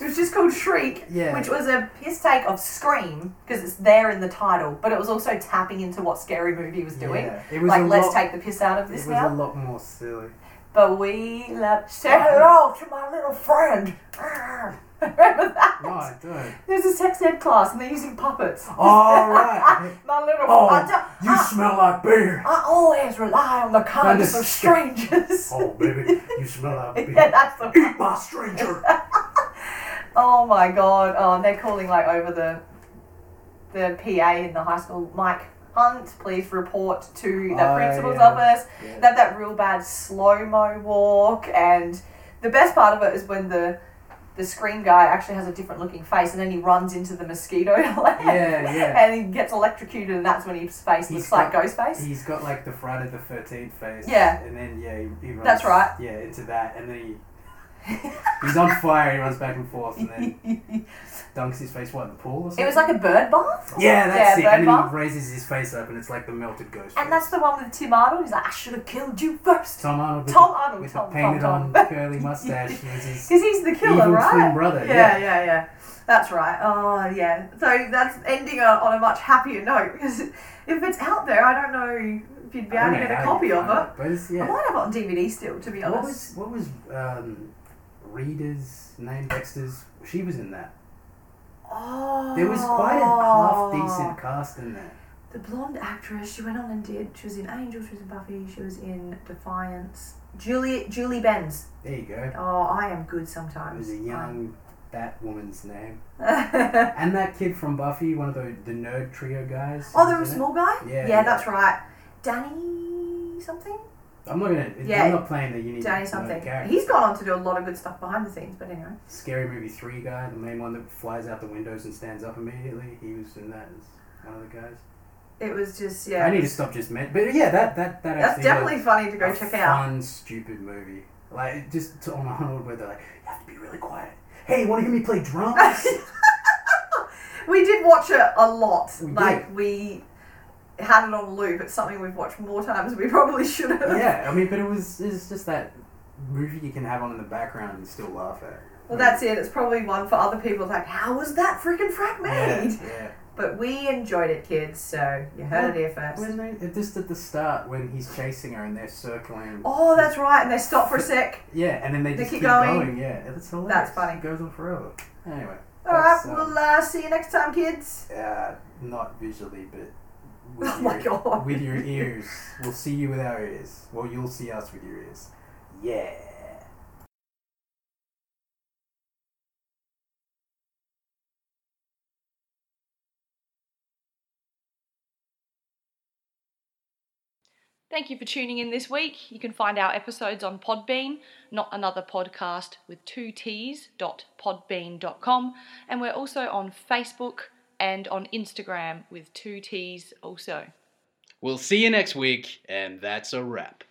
Speaker 3: it was just called Shriek,
Speaker 5: Yeah.
Speaker 3: which was a piss take of Scream, because it's there in the title, but it was also tapping into what Scary Movie was doing.
Speaker 5: Yeah, it was
Speaker 3: like,
Speaker 5: a
Speaker 3: let's
Speaker 5: lot-
Speaker 3: take the piss out of
Speaker 5: It
Speaker 3: this
Speaker 5: was
Speaker 3: now.
Speaker 5: a lot more silly.
Speaker 3: But we love. Say hello to my little friend. Remember that?
Speaker 5: No, I don't.
Speaker 3: There's a sex ed class and they're using puppets.
Speaker 5: All right.
Speaker 3: my little. I,
Speaker 5: Oh,
Speaker 3: don't- ah.
Speaker 5: you
Speaker 3: I-
Speaker 5: smell like beer.
Speaker 3: I always rely on the kindness of
Speaker 5: is-
Speaker 3: strangers.
Speaker 5: Oh baby, you smell like
Speaker 3: yeah,
Speaker 5: beer.
Speaker 3: that's the.
Speaker 5: Eat my stranger.
Speaker 3: Oh my god. Oh, and they're calling like over the the PA in the high school. Mike Hunt, please report to the
Speaker 5: Oh,
Speaker 3: principal's
Speaker 5: yeah.
Speaker 3: office.
Speaker 5: Yeah.
Speaker 3: They have that real bad slow mo walk, and the best part of it is when the the screen guy actually has a different looking face, and then he runs into the mosquito land.
Speaker 5: Yeah, yeah.
Speaker 3: And he gets electrocuted, and that's when his face
Speaker 5: He's
Speaker 3: looks like
Speaker 5: got-
Speaker 3: Ghostface.
Speaker 5: He's got like the Friday the Thirteenth face.
Speaker 3: Yeah.
Speaker 5: And then yeah, he, he runs.
Speaker 3: That's right.
Speaker 5: Yeah, into that, and then he he's on fire. He runs back and forth, and then
Speaker 3: it
Speaker 5: dunks his face what in the pool or something.
Speaker 3: was like a bird bath.
Speaker 5: yeah, that's
Speaker 3: yeah,
Speaker 5: it.
Speaker 3: Bird
Speaker 5: And then
Speaker 3: bath.
Speaker 5: he raises his face up, and it's like the melted ghost.
Speaker 3: And that's the one with Tim Arnold. He's like, I should have killed you first.
Speaker 5: Tom Arnold with,
Speaker 3: Tom
Speaker 5: the,
Speaker 3: Arnold,
Speaker 5: with
Speaker 3: Tom,
Speaker 5: the
Speaker 3: Tom,
Speaker 5: painted
Speaker 3: Tom.
Speaker 5: on curly mustache. and his
Speaker 3: Because he's the killer,
Speaker 5: Evil
Speaker 3: right?
Speaker 5: twin brother,
Speaker 3: Yeah,
Speaker 5: yeah.
Speaker 3: yeah, yeah. That's right. Oh, yeah. So that's ending on, on a much happier note because if it's out there, I don't know if you'd be able to get a copy of it.
Speaker 5: But it's,
Speaker 3: I
Speaker 5: yeah.
Speaker 3: might have it on DVD still, to be
Speaker 5: What
Speaker 3: honest.
Speaker 5: was what was um, Reader's name? Dexter's. She was in that.
Speaker 3: Oh,
Speaker 5: There was quite a half decent cast in there.
Speaker 3: The blonde actress. She went on and did. She was in Angel. She was in Buffy. She was in Defiance. Julie Julie Benz.
Speaker 5: There you go.
Speaker 3: Oh, I am good
Speaker 5: It
Speaker 3: sometimes.
Speaker 5: was a young that woman's name.
Speaker 3: oh,
Speaker 5: And that kid from Buffy, one of the the nerd trio guys.
Speaker 3: Oh, there was a
Speaker 5: isn't it?
Speaker 3: small guy.
Speaker 5: Yeah,
Speaker 3: yeah,
Speaker 5: yeah.
Speaker 3: that's right. Danny something.
Speaker 5: I'm not gonna.
Speaker 3: Yeah.
Speaker 5: I'm not playing the unique
Speaker 3: Danny
Speaker 5: nerd
Speaker 3: something.
Speaker 5: character.
Speaker 3: He's gone on to do a lot of good stuff behind the scenes, but anyway.
Speaker 5: Scary Movie Three guy, the main one that flies out the windows and stands up immediately. He was in that as one of the guys.
Speaker 3: It was just yeah.
Speaker 5: I need to stop just men. But yeah, that that that
Speaker 3: That's
Speaker 5: actually
Speaker 3: definitely funny to
Speaker 5: was
Speaker 3: go
Speaker 5: a
Speaker 3: check
Speaker 5: fun,
Speaker 3: out.
Speaker 5: stupid movie. Like it just to- on a Arnold, where they're like, you have to be really quiet. Hey, want to hear me play drums?
Speaker 3: we did watch it a lot.
Speaker 5: We did.
Speaker 3: like we had it on loop. It's something we've watched more times than we probably should have.
Speaker 5: yeah, I mean, but it was it's just that movie you can have on in the background and still laugh at.
Speaker 3: Well, that's it. It's probably one for other people. Like, how was that freaking frag
Speaker 5: yeah,
Speaker 3: made?
Speaker 5: yeah.
Speaker 3: But we enjoyed it, kids. So you heard it here first.
Speaker 5: When they, it- just at the start when he's chasing her and they're circling.
Speaker 3: Oh, that's right. And they stop for a sec.
Speaker 5: Yeah, and then they
Speaker 3: They
Speaker 5: just
Speaker 3: keep
Speaker 5: keep,
Speaker 3: going.
Speaker 5: going. Yeah, that's hilarious.
Speaker 3: That's funny.
Speaker 5: It goes on forever. Anyway,
Speaker 3: All right.
Speaker 5: that's, um,
Speaker 3: We'll uh, see you next time, kids.
Speaker 5: uh, not visually, but with,
Speaker 3: Oh
Speaker 5: your,
Speaker 3: my God.
Speaker 5: with your ears. We'll see you with our ears. Well, you'll see us with your ears. Yeah.
Speaker 2: Thank you for tuning in this week. You can find our episodes on Podbean, not another podcast with two T's dot podbean.com, and we're also on Facebook and on Instagram with two T's also.
Speaker 4: We'll see you next week, and that's a wrap.